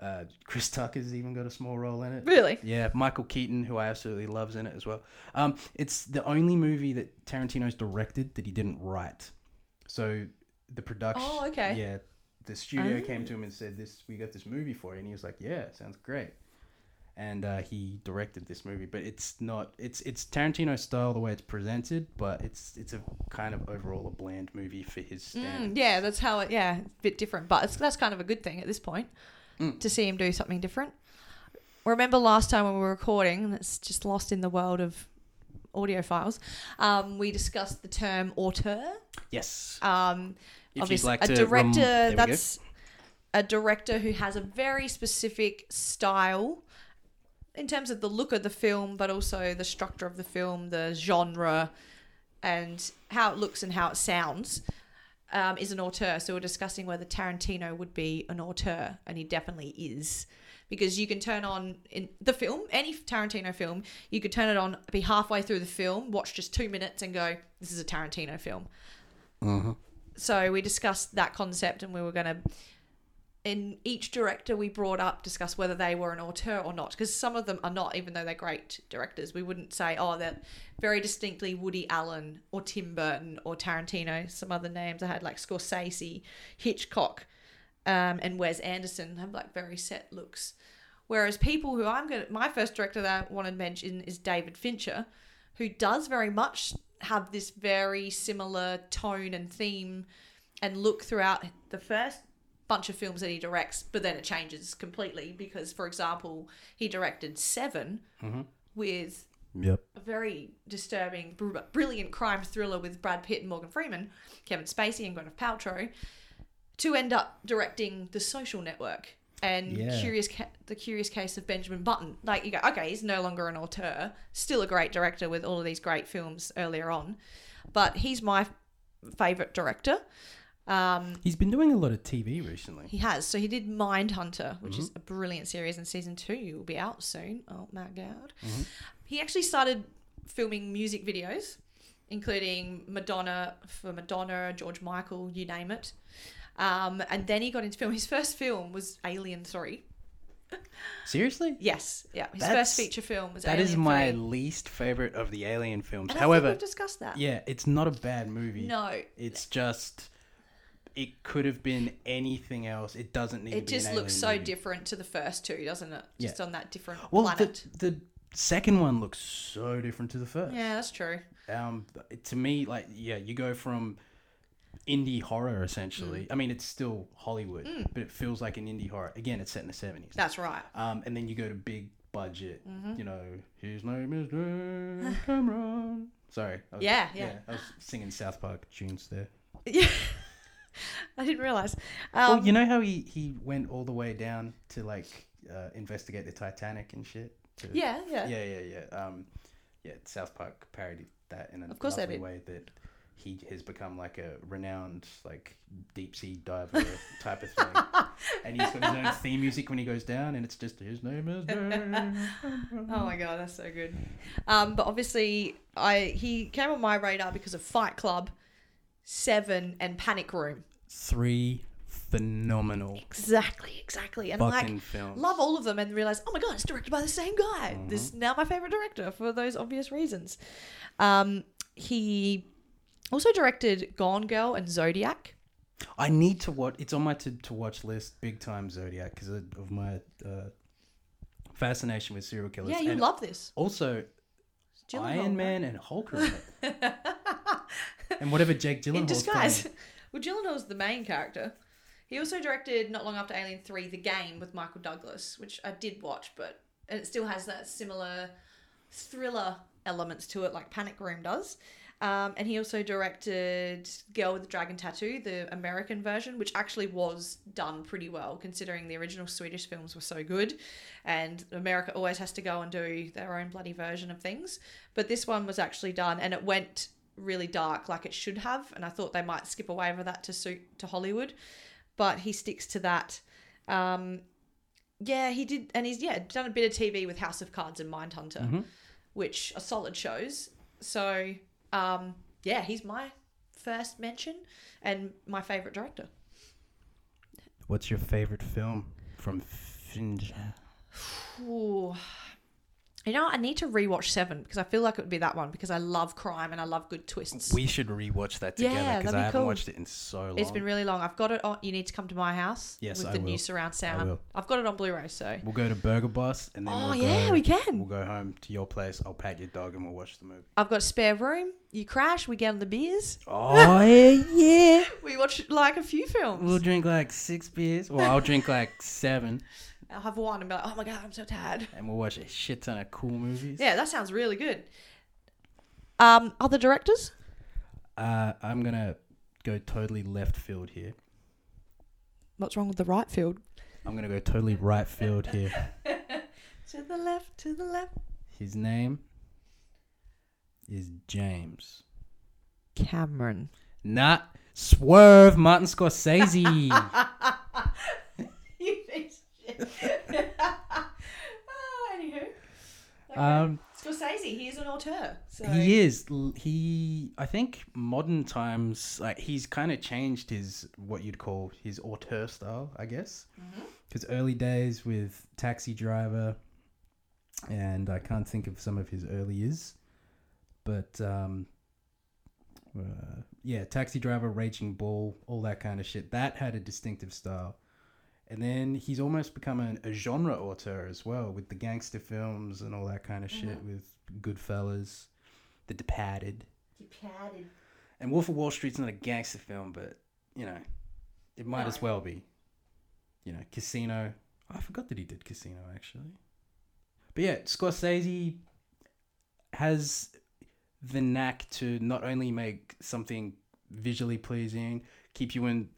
Speaker 4: uh, Chris Tucker's even got a small role in it.
Speaker 3: Really?
Speaker 4: Yeah. Michael Keaton, who I absolutely love's in it as well. Um, it's the only movie that Tarantino's directed that he didn't write. So the production.
Speaker 3: Oh, okay. Oh.
Speaker 4: Yeah. The studio came to him and said, "This we got this movie for you," and he was like, "Yeah, sounds great." And uh, he directed this movie, but it's not it's it's Tarantino style the way it's presented, but it's it's a kind of overall a bland movie for his standard.
Speaker 3: Mm, yeah, that's how it. Yeah, it's a bit different, but it's, that's kind of a good thing at this point
Speaker 4: Mm,
Speaker 3: to see him do something different. Remember last time when we were recording, and it's just lost in the world of audio files. Um, we discussed the term auteur.
Speaker 4: Yes,
Speaker 3: Um,
Speaker 4: If you'd
Speaker 3: obviously,
Speaker 4: like
Speaker 3: a
Speaker 4: to rem-
Speaker 3: director
Speaker 4: There we go.
Speaker 3: that's a director who has a very specific style in terms of the look of the film, but also the structure of the film, the genre, and how it looks and how it sounds. Um, is an auteur, so we're discussing whether Tarantino would be an auteur, and he definitely is, because you can turn on in the film, any Tarantino film, you could turn it on, be halfway through the film, watch just two minutes, and go, "This is a Tarantino film." so we discussed that concept and we were going to in each director we brought up discuss whether they were an auteur or not because some of them are not even though they're great directors we wouldn't say oh they're very distinctly woody allen or tim burton or tarantino some other names i had like scorsese hitchcock um, and wes anderson have like very set looks whereas people who i'm going to my first director that i want to mention is david fincher who does very much have this very similar tone and theme and look throughout the first bunch of films that he directs, but then it changes completely because, for example, he directed 7 with
Speaker 4: Yep.
Speaker 3: a very disturbing, br- brilliant crime thriller with Brad Pitt and Morgan Freeman, Kevin Spacey and Gwyneth Paltrow, to end up directing The Social Network and
Speaker 4: Yeah.
Speaker 3: Curious Ca- The Curious Case of Benjamin Button. Like you go, okay, he's no longer an auteur, still a great director with all of these great films earlier on, but he's my f- favorite director. Um,
Speaker 4: He's been doing a lot of TV recently.
Speaker 3: he has. So he did Mindhunter, which
Speaker 4: Mm-hmm.
Speaker 3: is a brilliant series, and season two will be out soon. Oh my god.
Speaker 4: Mm-hmm.
Speaker 3: He actually started filming music videos, including Madonna for Madonna, George Michael, you name it. Um, and then he got into film. His first film was Alien Three.
Speaker 4: Seriously,
Speaker 3: Yes, yeah. His
Speaker 4: That's-
Speaker 3: first feature film was
Speaker 4: that
Speaker 3: Alien
Speaker 4: is my
Speaker 3: 3.
Speaker 4: least favorite of the Alien films.
Speaker 3: And I
Speaker 4: However,
Speaker 3: think we've discussed that.
Speaker 4: yeah, it's not a bad movie.
Speaker 3: No,
Speaker 4: It's just it could have been anything else. It doesn't need. to
Speaker 3: it
Speaker 4: be
Speaker 3: just
Speaker 4: an
Speaker 3: looks
Speaker 4: alien
Speaker 3: so
Speaker 4: movie.
Speaker 3: different to the first two, doesn't it?
Speaker 4: Yeah.
Speaker 3: Just on that different
Speaker 4: Well,
Speaker 3: planet.
Speaker 4: the the second one looks so different to the first.
Speaker 3: Yeah, that's true.
Speaker 4: Um, to me, like yeah, you go from indie horror essentially.
Speaker 3: Mm.
Speaker 4: I mean, it's still Hollywood, but it feels like an indie horror. Again, it's set in the seventies.
Speaker 3: That's right.
Speaker 4: Um, and then you go to big budget.
Speaker 3: Mm-hmm.
Speaker 4: You know, his name is Dan Cameron. Sorry. I was-
Speaker 3: Yeah, yeah.
Speaker 4: I was singing South Park tunes there.
Speaker 3: Yeah. I didn't realize.
Speaker 4: Well,
Speaker 3: Um,
Speaker 4: you know how he, he went all the way down to like uh, investigate the Titanic and shit. to-
Speaker 3: Yeah, yeah.
Speaker 4: yeah, yeah, yeah. Um, yeah, South Park parodied that in a
Speaker 3: Of course they
Speaker 4: lovely
Speaker 3: did.
Speaker 4: way that he has become like a renowned like deep sea diver type of thing, and he's got his own theme music when he goes down, and it's just his name is. Dan."
Speaker 3: Oh my god, that's so good. Um, but obviously, I he came on my radar because of Fight Club, Seven, and Panic Room.
Speaker 4: Three phenomenal
Speaker 3: Exactly, exactly. And I'm like,
Speaker 4: fucking films.
Speaker 3: love all of them and realize, oh my god, it's directed by the same guy.
Speaker 4: Mm-hmm.
Speaker 3: This is now my favorite director for those obvious reasons. Um, he also directed Gone Girl and Zodiac.
Speaker 4: I need to watch. It's on my to, to watch list, big time Zodiac, because of my uh, fascination with serial killers.
Speaker 3: Yeah, you
Speaker 4: and
Speaker 3: love this.
Speaker 4: also
Speaker 3: Gyllenhaal, right?
Speaker 4: Iron Man and Hulk are in it, and whatever Jake Gyllenhaal
Speaker 3: in disguise. Well, Gyllenhaal's the main character. He also directed not long after Alien Three, The Game with Michael Douglas, which I did watch, but and it still has that similar thriller elements to it, like Panic Room does. Um, and he also directed Girl with the Dragon Tattoo, the American version, which actually was done pretty well, considering the original Swedish films were so good. And America always has to go and do their own bloody version of things. But this one was actually done, and it went really dark like it should have. And I thought they might skip away over that to suit to Hollywood, but he sticks to that. Um, yeah, he did, and he's yeah done a bit of TV with House of Cards and Mindhunter,
Speaker 4: Mm-hmm.
Speaker 3: which are solid shows. So um, yeah, he's my first mention and my favorite director.
Speaker 4: What's your favorite film from Finch?
Speaker 3: Ooh. You know, I need to rewatch Seven because I feel like it would be that one because I love crime and I love good twists.
Speaker 4: We should rewatch that
Speaker 3: Yeah,
Speaker 4: together because
Speaker 3: that'd be
Speaker 4: I haven't
Speaker 3: cool.
Speaker 4: watched it in so long.
Speaker 3: It's been really long. I've got it on. You need to come to my house
Speaker 4: Yes,
Speaker 3: with
Speaker 4: I
Speaker 3: the
Speaker 4: will.
Speaker 3: new surround sound.
Speaker 4: will.
Speaker 3: I've got it on Blu-ray, so
Speaker 4: We'll go to Burger Boss and then
Speaker 3: Oh,
Speaker 4: we'll
Speaker 3: yeah,
Speaker 4: go,
Speaker 3: we can.
Speaker 4: We'll go home to your place. I'll pat your dog and we'll watch the movie.
Speaker 3: I've got a spare room. You crash, we get on the beers.
Speaker 4: Oh yeah,
Speaker 3: We watch like a few films.
Speaker 4: we'll drink like six beers. Well, I'll drink like seven,
Speaker 3: I'll have one and be like, oh my god, I'm so tired.
Speaker 4: and we'll watch a shit ton of cool movies.
Speaker 3: Yeah, that sounds really good. Um, other directors?
Speaker 4: Uh, I'm gonna go totally left field here.
Speaker 3: What's wrong with the right field?
Speaker 4: I'm gonna go totally right field here.
Speaker 3: To the left, to the left.
Speaker 4: His name is James.
Speaker 3: Cameron.
Speaker 4: Not Swerve Martin Scorsese.
Speaker 3: you piece of shit. oh, anywho,
Speaker 4: um,
Speaker 3: Scorsese. He is an auteur. So
Speaker 4: he is. L- He, I think, modern times, like he's kind of changed his what you'd call his auteur style, I guess. Because early days with Taxi Driver, and I can't think of some of his early years, but um, uh, yeah, Taxi Driver, Raging Bull, all that kind of shit. That had a distinctive style. And then he's almost become an, a genre auteur as well with the gangster films and all that kind of shit with Goodfellas, The Departed. And Wolf of Wall Street's not a gangster film, but, you know, it might as well be. You know, Casino. I forgot that he did Casino, actually. But yeah, Scorsese has the knack to not only make something visually pleasing, keep you in.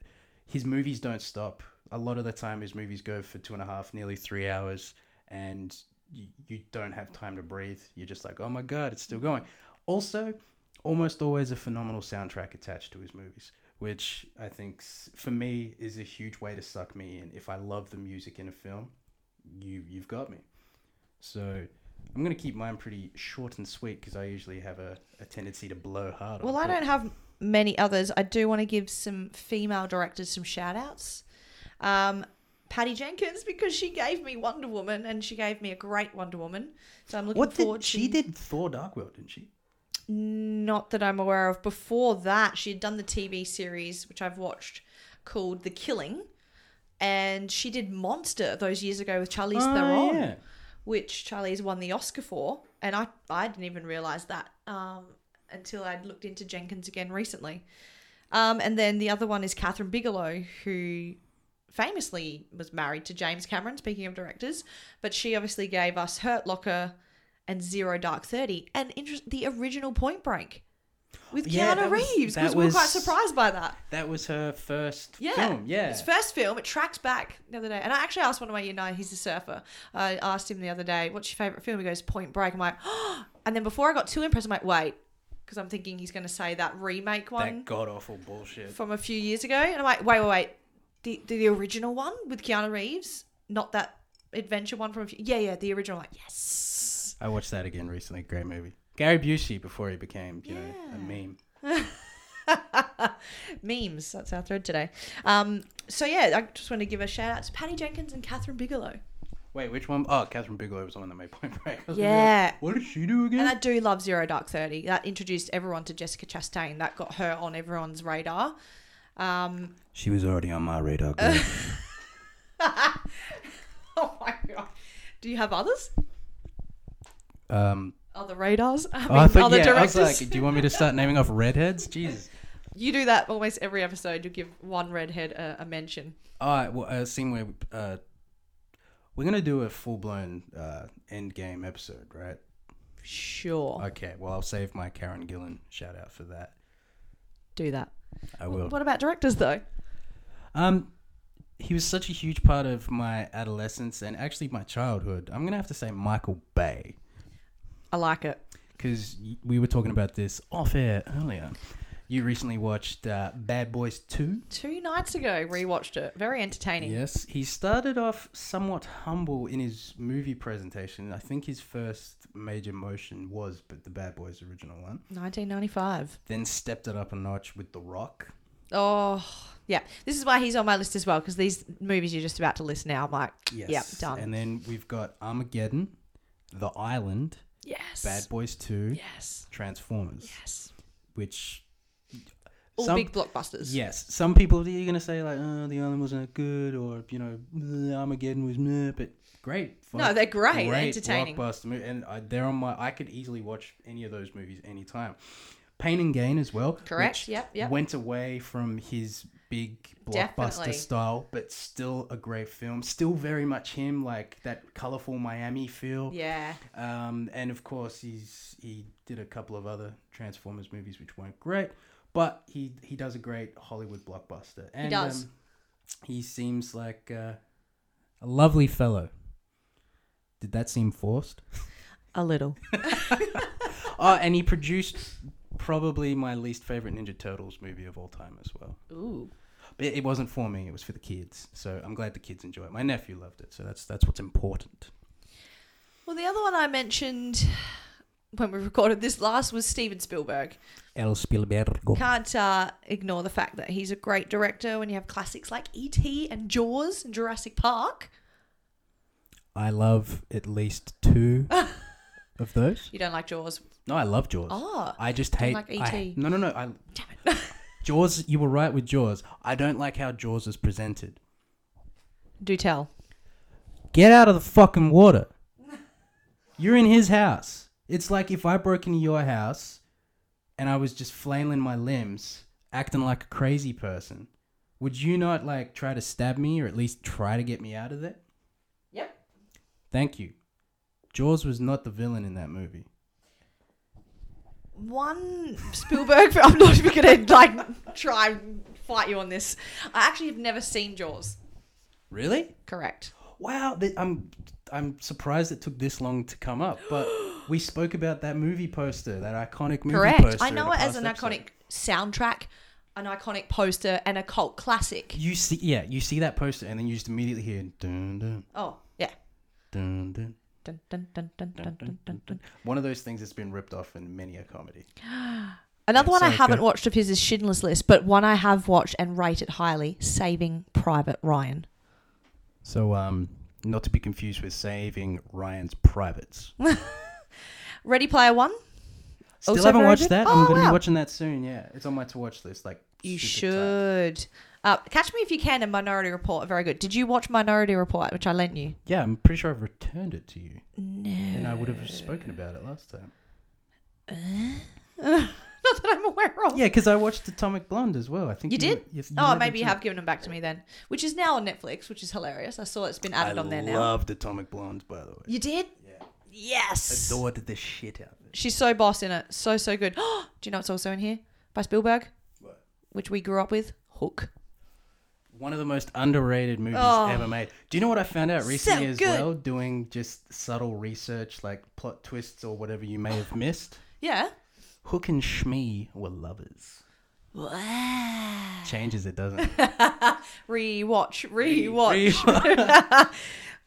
Speaker 4: His movies don't stop. A lot of the time, his movies go for two and a half, nearly three hours, and you, you don't have time to breathe. You're just like, oh my god, it's still going. Also, almost always a phenomenal soundtrack attached to his movies, which I think s- for me is a huge way to suck me in. If I love the music in a film, you you've got me. So I'm gonna keep mine pretty short and sweet because I usually have a, a tendency to blow hard. on
Speaker 3: Well, I
Speaker 4: people.
Speaker 3: don't have many others. I do want to give some female directors some shout outs. Um, Patty Jenkins, because she gave me Wonder Woman and she gave me a great Wonder Woman. So I'm looking
Speaker 4: What
Speaker 3: forward
Speaker 4: did
Speaker 3: to
Speaker 4: she did Thor Dark World, didn't she?
Speaker 3: Not that I'm aware of. Before that, she had done the TV series, which I've watched, called The Killing. And she did Monster those years ago with Charlize
Speaker 4: Oh,
Speaker 3: Theron,
Speaker 4: yeah.
Speaker 3: which Charlize won the Oscar for. And I, I didn't even realize that um, until I'd looked into Jenkins again recently. Um, and then the other one is Catherine Bigelow, who famously was married to James Cameron, speaking of directors, but she obviously gave us Hurt Locker and Zero Dark Thirty and inter- the original Point Break. with
Speaker 4: Yeah,
Speaker 3: Keanu
Speaker 4: that was-
Speaker 3: Reeves
Speaker 4: that
Speaker 3: because we were quite
Speaker 4: was-
Speaker 3: surprised by that.
Speaker 4: That was her first
Speaker 3: Yeah.
Speaker 4: film. Yeah.
Speaker 3: His first film, it tracks back the other day. And I actually asked one of my year nine, he's a surfer. I asked him the other day, what's your favourite film? He goes, Point Break. I'm like, oh. And then before I got too impressed, I'm like, wait, because I'm thinking he's going to say that remake
Speaker 4: that
Speaker 3: one
Speaker 4: god awful bullshit.
Speaker 3: from a few years ago. And I'm like, wait, wait, wait. The, the, the original one with Keanu Reeves, not that adventure one from a few. Yeah, yeah, the original. I'm like, yes.
Speaker 4: I watched that again recently. Great movie. Gary Busey before he became, you know, a meme.
Speaker 3: Memes, that's our thread today. Um, so, yeah, I just want to give a shout out to Patty Jenkins and Catherine Bigelow.
Speaker 4: Wait, which one? Oh, Catherine Bigelow was the one that made Point Break. I was like,
Speaker 3: Yeah.
Speaker 4: what did she do again?
Speaker 3: And I do love Zero Dark Thirty. That introduced everyone to Jessica Chastain. That got her on everyone's radar. Um,
Speaker 4: she was already on my radar. girl.
Speaker 3: oh my god! Do you have others?
Speaker 4: um,
Speaker 3: Other radars? I mean,
Speaker 4: oh, I thought,
Speaker 3: other
Speaker 4: yeah, I was
Speaker 3: directors?
Speaker 4: like, do you want me to start naming off redheads? Jesus.
Speaker 3: you do that almost every episode. You give one redhead a, a mention.
Speaker 4: All right, well, a scene where uh, we're gonna do a full blown uh, end game episode, right?
Speaker 3: Sure,
Speaker 4: Okay, well, I'll save my Karen Gillan shout out for that.
Speaker 3: do that.
Speaker 4: I will.
Speaker 3: What about directors though?
Speaker 4: Um, he was such a huge part of my adolescence and actually my childhood. I'm gonna have to say Michael Bay
Speaker 3: I like it.
Speaker 4: because we were talking about this off air earlier. You recently watched uh, Bad Boys Two.
Speaker 3: Two nights ago, rewatched it. Very entertaining.
Speaker 4: Yes, he started off somewhat humble in his movie presentation. I think his first major motion was but the Bad Boys original one.
Speaker 3: 1995.
Speaker 4: Then stepped it up a notch with The Rock.
Speaker 3: Oh, yeah. This is why he's on my list as well because these movies you're just about to list now, I'm like,
Speaker 4: Yes.
Speaker 3: yep, done.
Speaker 4: And then we've got Armageddon, The Island,
Speaker 3: yes.
Speaker 4: Bad Boys Two,
Speaker 3: Yes.
Speaker 4: Transformers,
Speaker 3: Yes.
Speaker 4: which
Speaker 3: All
Speaker 4: some-
Speaker 3: big blockbusters.
Speaker 4: Yes, some people you're gonna say like, oh, the island wasn't that good, or you know, "Ugh, Armageddon was meh, but great. fun-
Speaker 3: No, they're great, they're entertaining.
Speaker 4: blockbuster movie, and I, they're on my. I could easily watch any of those movies anytime. Pain and Gain as well.
Speaker 3: Correct,
Speaker 4: which
Speaker 3: yep, yep.
Speaker 4: Went away from his big blockbuster
Speaker 3: Definitely.
Speaker 4: style, but still a great film. Still very much him, like that colorful Miami feel.
Speaker 3: Yeah.
Speaker 4: Um, and of course, he's he did a couple of other Transformers movies which weren't great, but he he does a great Hollywood blockbuster. And,
Speaker 3: does.
Speaker 4: Um, he seems like uh, a lovely fellow. Did that seem forced?
Speaker 3: A little.
Speaker 4: oh, and he produced probably my least favorite Ninja Turtles movie of all time as well.
Speaker 3: Ooh.
Speaker 4: But it wasn't for me; it was for the kids. So I'm glad the kids enjoy it. My nephew loved it, so that's that's what's important.
Speaker 3: Well, the other one I mentioned when we recorded this last was Steven Spielberg.
Speaker 4: El Spielbergo.
Speaker 3: Can't uh, ignore the fact that he's a great director when you have classics like E.T. and Jaws and Jurassic Park.
Speaker 4: I love at least two of those.
Speaker 3: You don't like Jaws?
Speaker 4: No, I love Jaws.
Speaker 3: Oh.
Speaker 4: I just hate.
Speaker 3: like
Speaker 4: I-
Speaker 3: E.T..
Speaker 4: E no, no, no. I, Jaws. You were right with Jaws. I don't like how Jaws is presented.
Speaker 3: Do tell.
Speaker 4: Get out of the fucking water. You're in his house. It's like if I broke into your house, and I was just flailing my limbs, acting like a crazy person. Would you not like try to stab me, or at least try to get me out of there?
Speaker 3: Yep.
Speaker 4: Thank you. Jaws was not the villain in that movie.
Speaker 3: One Spielberg. film- I'm not even gonna like try and fight you on this. I actually have never seen Jaws.
Speaker 4: Really?
Speaker 3: Correct.
Speaker 4: Wow, th- I'm I'm surprised it took this long to come up, but we spoke about that movie poster, that iconic movie
Speaker 3: Correct.
Speaker 4: poster.
Speaker 3: I
Speaker 4: in
Speaker 3: know
Speaker 4: a
Speaker 3: it as
Speaker 4: past
Speaker 3: an
Speaker 4: episode.
Speaker 3: iconic soundtrack, an iconic poster, and a cult classic.
Speaker 4: You see, yeah, you see that poster, and then you just immediately hear dun dun
Speaker 3: Oh, yeah.
Speaker 4: dun dun.
Speaker 3: Dun, dun, dun, dun, dun, dun, dun, dun.
Speaker 4: One of those things that's been ripped off in many a comedy.
Speaker 3: Another one I
Speaker 4: so
Speaker 3: haven't
Speaker 4: good.
Speaker 3: watched of his is Schindler's List, but one I have watched and rated highly Saving Private Ryan.
Speaker 4: So, um, not to be confused with Saving Ryan's Privates.
Speaker 3: Oh, Ready Player One?
Speaker 4: Still
Speaker 3: Also
Speaker 4: haven't
Speaker 3: very
Speaker 4: watched
Speaker 3: good?
Speaker 4: that.
Speaker 3: Oh,
Speaker 4: I'm going to
Speaker 3: wow.
Speaker 4: be watching that soon. Yeah, it's on my to watch list. Like
Speaker 3: You
Speaker 4: super tight.
Speaker 3: should. Uh, Catch Me If You Can and Minority Report are very good. Did you watch Minority Report, which I lent you?
Speaker 4: Yeah, I'm pretty sure I've returned it to you. No. And I would have spoken about it last time.
Speaker 3: Not that I'm aware of.
Speaker 4: Yeah, because I watched Atomic Blonde as well. I think
Speaker 3: You did?
Speaker 4: were- yes,
Speaker 3: oh,
Speaker 4: never
Speaker 3: maybe you
Speaker 4: did.
Speaker 3: have given them back to me then, which is now on Netflix, which is hilarious. I saw it's been added
Speaker 4: I
Speaker 3: on there now.
Speaker 4: loved Atomic Blonde, by the way.
Speaker 3: You did? Yes.
Speaker 4: Adored the shit out of it.
Speaker 3: She's so boss in it. So so good. Do you know it's also in here by Spielberg, which we grew up with? Hook.
Speaker 4: One of the most underrated movies
Speaker 3: Oh.
Speaker 4: ever made. Do you know what I found out recently as
Speaker 3: good.
Speaker 4: well? Doing just subtle research, like plot twists or whatever you may have missed.
Speaker 3: Yeah.
Speaker 4: Hook and Shmee were lovers.
Speaker 3: Wow.
Speaker 4: Changes it, doesn't it?
Speaker 3: Rewatch, rewatch.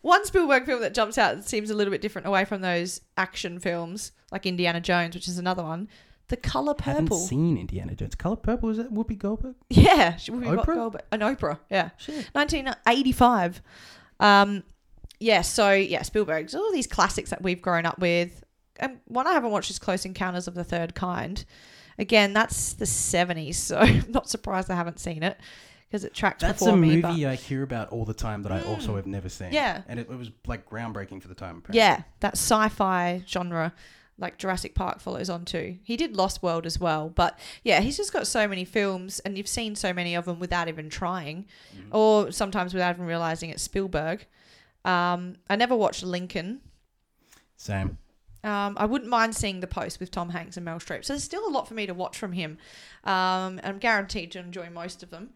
Speaker 3: One Spielberg film that jumps out that seems a little bit different away from those action films, like Indiana Jones, which is another one. The Color
Speaker 4: I haven't
Speaker 3: Purple.
Speaker 4: seen Indiana Jones. Color Purple is that Whoopi Goldberg?
Speaker 3: Yeah, she would be Oprah?
Speaker 4: Oprah?
Speaker 3: Goldberg. An Oprah, yeah. 1985. Um, yeah, so yeah, Spielberg's all these classics that we've grown up with. And one I haven't watched is Close Encounters of the Third Kind. Again, that's the 70s, so I'm not surprised I haven't seen it because it tracks
Speaker 4: That's
Speaker 3: before
Speaker 4: a
Speaker 3: me.
Speaker 4: movie
Speaker 3: but- Hmm.
Speaker 4: I hear about all the time that I also have never seen.
Speaker 3: Yeah.
Speaker 4: and it, it was like groundbreaking for the time. Apparently.
Speaker 3: Yeah, that sci-fi genre, like Jurassic Park follows on too. He did Lost World as well, but yeah, he's just got so many films, and you've seen so many of them without even trying, or sometimes without even realizing it's Spielberg. Um, I never watched Lincoln.
Speaker 4: same.
Speaker 3: Um, I wouldn't mind seeing the post with Tom Hanks and Mel Streep. So there's still a lot for me to watch from him. Um, and I'm guaranteed to enjoy most of them.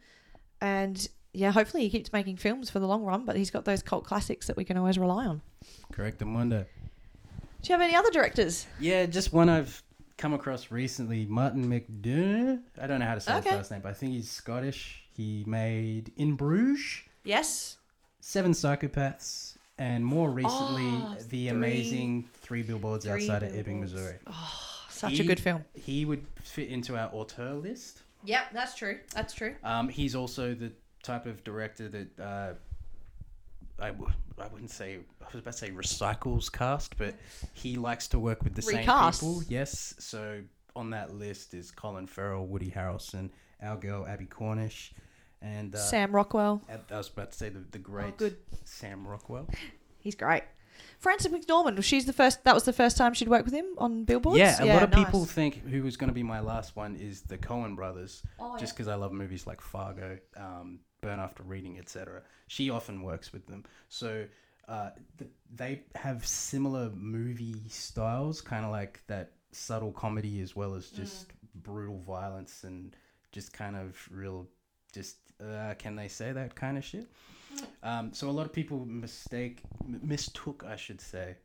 Speaker 3: And yeah, hopefully he keeps making films for the long run, but he's got those cult classics that we can always rely on.
Speaker 4: Correct, Amanda.
Speaker 3: Do you have any other directors?
Speaker 4: Yeah, just one I've come across recently. Martin McDonough. I don't know how to say
Speaker 3: Okay.
Speaker 4: his last name, but I think he's Scottish. He made In Bruges,
Speaker 3: Yes.
Speaker 4: Seven Psychopaths, and more recently,
Speaker 3: Oh,
Speaker 4: the
Speaker 3: Three-
Speaker 4: amazing Three Billboards
Speaker 3: Three
Speaker 4: Outside of Ebbing,
Speaker 3: Billboards. Oh,
Speaker 4: Missouri.
Speaker 3: Such a
Speaker 4: He-
Speaker 3: good film.
Speaker 4: He would fit into our auteur list.
Speaker 3: Yep, that's true. That's true.
Speaker 4: Um, he's also the type of director that uh, I, w- I wouldn't say I was about to say recycles cast, but he likes to work with the same
Speaker 3: Recasts.
Speaker 4: people. Yes, so on that list is Colin Farrell, Woody Harrelson, our girl Abby Cornish, and uh,
Speaker 3: Sam Rockwell.
Speaker 4: Ab- I was about to say the, the great
Speaker 3: good.
Speaker 4: Sam Rockwell.
Speaker 3: He's great. Frances McDormand, she's the first that was the first time she'd worked with him on billboards.
Speaker 4: Yeah, a lot of
Speaker 3: nice.
Speaker 4: people think who was going to be my last one is the Cohen brothers,
Speaker 3: Oh,
Speaker 4: just because I love movies like Fargo, um, Burn After Reading, etc. She often works with them, so uh, th- they have similar movie styles, kind of like that subtle comedy as well as just
Speaker 3: Mm.
Speaker 4: brutal violence and just kind of real, just uh, can they say that kind of shit? Um, so a lot of people mistake, m- mistook, I should say,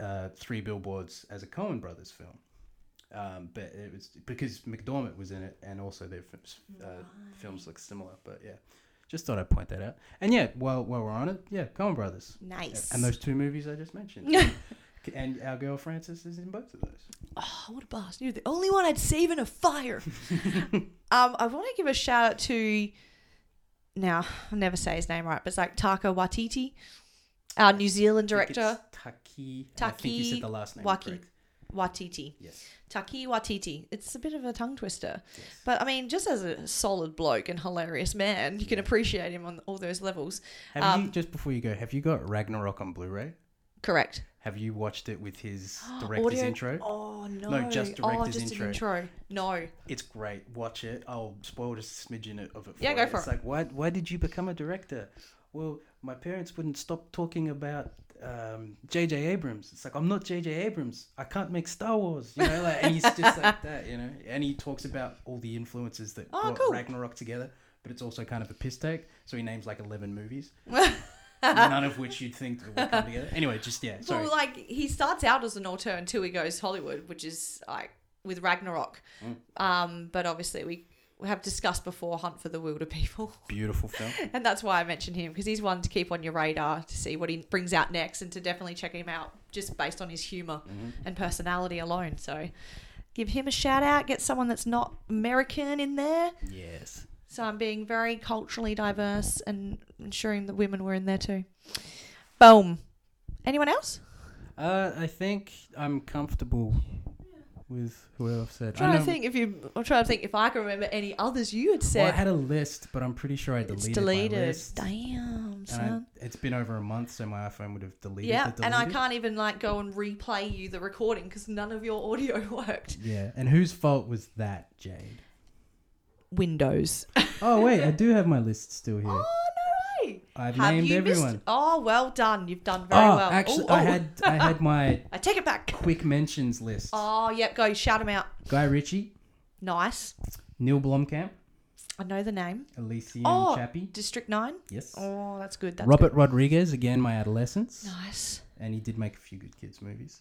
Speaker 4: uh, Three Billboards as a Coen Brothers film. Um, but it was because McDormand was in it, and also their films, uh, films look similar. But yeah, just thought I'd point that out. And yeah, while while we're on it, yeah, Coen Brothers,
Speaker 3: Nice.
Speaker 4: and those two movies I just mentioned, and, our girl Frances is in both of those.
Speaker 3: Oh, what a boss. You're the only one I'd save in a fire. um, I want to give a shout out to now, I'll never say his name right, but it's like Taka Watiti, our New Zealand
Speaker 4: I think it's
Speaker 3: director.
Speaker 4: Taki. and I think you
Speaker 3: Taki
Speaker 4: said the last name.
Speaker 3: Waki.
Speaker 4: correct.
Speaker 3: Watiti.
Speaker 4: Yes.
Speaker 3: Taki Watiti. It's a bit of a tongue twister. But I mean, just as a solid bloke and hilarious man, you can appreciate him on all those levels.
Speaker 4: Have
Speaker 3: um,
Speaker 4: you just before you go? Have you got Ragnarok on Blu-ray?
Speaker 3: Correct.
Speaker 4: Have you watched it with his director's
Speaker 3: Audio-
Speaker 4: intro?
Speaker 3: Oh no!
Speaker 4: No, just
Speaker 3: oh,
Speaker 4: director's
Speaker 3: just
Speaker 4: intro.
Speaker 3: an intro. No,
Speaker 4: It's great. Watch it. I'll spoil just a smidgen of it. For
Speaker 3: Yeah,
Speaker 4: you.
Speaker 3: go for
Speaker 4: It's
Speaker 3: it.
Speaker 4: like why? Why did you become a director? Well, my parents wouldn't stop talking about um, J.J. Abrams. It's like I'm not J.J. Abrams. I can't make Star Wars. You know, like, and he's just like that. You know, and he talks about all the influences that
Speaker 3: Oh,
Speaker 4: brought
Speaker 3: cool.
Speaker 4: Ragnarok together. But it's also kind of a piss take. So he names like eleven movies, none of which you'd think would come together. Anyway, just yeah. Sorry.
Speaker 3: well, like he starts out as an auteur until he goes Hollywood, which is like with Ragnarok.
Speaker 4: Mm.
Speaker 3: Um, but obviously, we we have discussed before Hunt for the Wilder People,
Speaker 4: Beautiful film.
Speaker 3: and that's why I mentioned him because he's one to keep on your radar to see what he brings out next, and to definitely check him out just based on his humor and personality alone. So. Give him a shout out. Get someone that's not American in there.
Speaker 4: Yes.
Speaker 3: So I'm being very culturally diverse and ensuring that women were in there too. Boom. Anyone else?
Speaker 4: Uh, I think I'm comfortable with whoever I've said.
Speaker 3: trying
Speaker 4: I
Speaker 3: to think if you. I'm trying to think if I can remember any others you had
Speaker 4: Well, I
Speaker 3: said.
Speaker 4: had a list, but I'm pretty sure I deleted,
Speaker 3: it's
Speaker 4: my
Speaker 3: deleted.
Speaker 4: list.
Speaker 3: Damn,
Speaker 4: And I-
Speaker 3: son.
Speaker 4: it's been over a month, so my iPhone would have deleted.
Speaker 3: Yeah,
Speaker 4: the
Speaker 3: and I
Speaker 4: deleted.
Speaker 3: can't even like go and replay you the recording because none of your audio worked.
Speaker 4: Yeah, and whose fault was that, Jade?
Speaker 3: Windows.
Speaker 4: Oh wait, I do have my list still here.
Speaker 3: Oh no Hey,
Speaker 4: I've
Speaker 3: have
Speaker 4: named
Speaker 3: you
Speaker 4: everyone.
Speaker 3: missed? Oh, well done. You've done very
Speaker 4: oh,
Speaker 3: well.
Speaker 4: actually,
Speaker 3: Ooh,
Speaker 4: I
Speaker 3: oh.
Speaker 4: had I had my
Speaker 3: I take it back.
Speaker 4: quick mentions list.
Speaker 3: Oh, yep. Go shout them out.
Speaker 4: Guy Ritchie,
Speaker 3: Nice.
Speaker 4: Neil Blomkamp,
Speaker 3: I know the name.
Speaker 4: Elysian
Speaker 3: Oh,
Speaker 4: Chappie.
Speaker 3: District Nine.
Speaker 4: Yes.
Speaker 3: Oh, that's good. That's
Speaker 4: Robert Rodriguez, again, my adolescence.
Speaker 3: good. Nice.
Speaker 4: And he did make a few good kids' movies.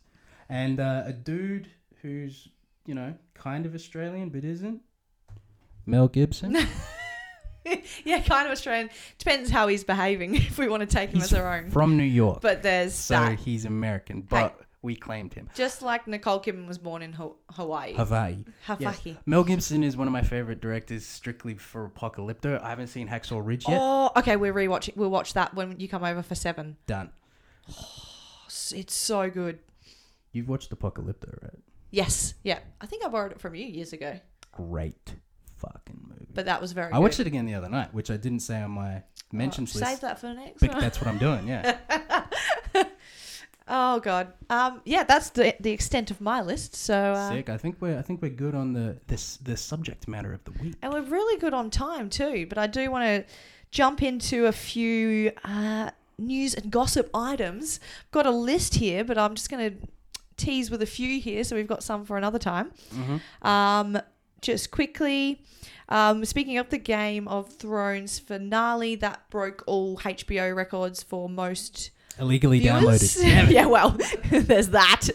Speaker 4: And uh, a dude who's, you know, kind of Australian but isn't. Mel Gibson.
Speaker 3: yeah, kind of Australian. Depends how he's behaving. If we want to take him
Speaker 4: He's
Speaker 3: as our own,
Speaker 4: from New York.
Speaker 3: but there's
Speaker 4: so
Speaker 3: that.
Speaker 4: he's American, but we claimed him.
Speaker 3: Just like Nicole Kidman was born in Ho- Hawaii.
Speaker 4: Hawaii. Yes.
Speaker 3: Hawaii.
Speaker 4: Mel Gibson is one of my favorite directors, strictly for Apocalypto. I haven't seen Hacksaw Ridge yet.
Speaker 3: Oh, okay. We're rewatching. We'll watch that when you come over for seven. Oh,
Speaker 4: Done.
Speaker 3: It's so good.
Speaker 4: You've watched Apocalypto, right?
Speaker 3: Yes. Yeah. I think I borrowed it from you years ago,
Speaker 4: Great fucking movie.
Speaker 3: but that was very. Oh,
Speaker 4: I watched it again the other night, which I didn't say on my mentions
Speaker 3: Save
Speaker 4: list.
Speaker 3: that for next.
Speaker 4: But that's what I'm doing, yeah.
Speaker 3: Oh God. Um. Yeah. That's the the extent of my list. So. Uh,
Speaker 4: Sick. I think we're I think we're good on the this the subject matter of the week.
Speaker 3: And we're really good on time too, but I do want to jump into a few uh, news and gossip items. I've got a list here, but I'm just going to tease with a few here, so we've got some for another time. Um, just quickly, um, speaking of the Game of Thrones finale, that broke all HBO records for most
Speaker 4: Illegally
Speaker 3: viewers.
Speaker 4: downloaded.
Speaker 3: yeah, well, there's that.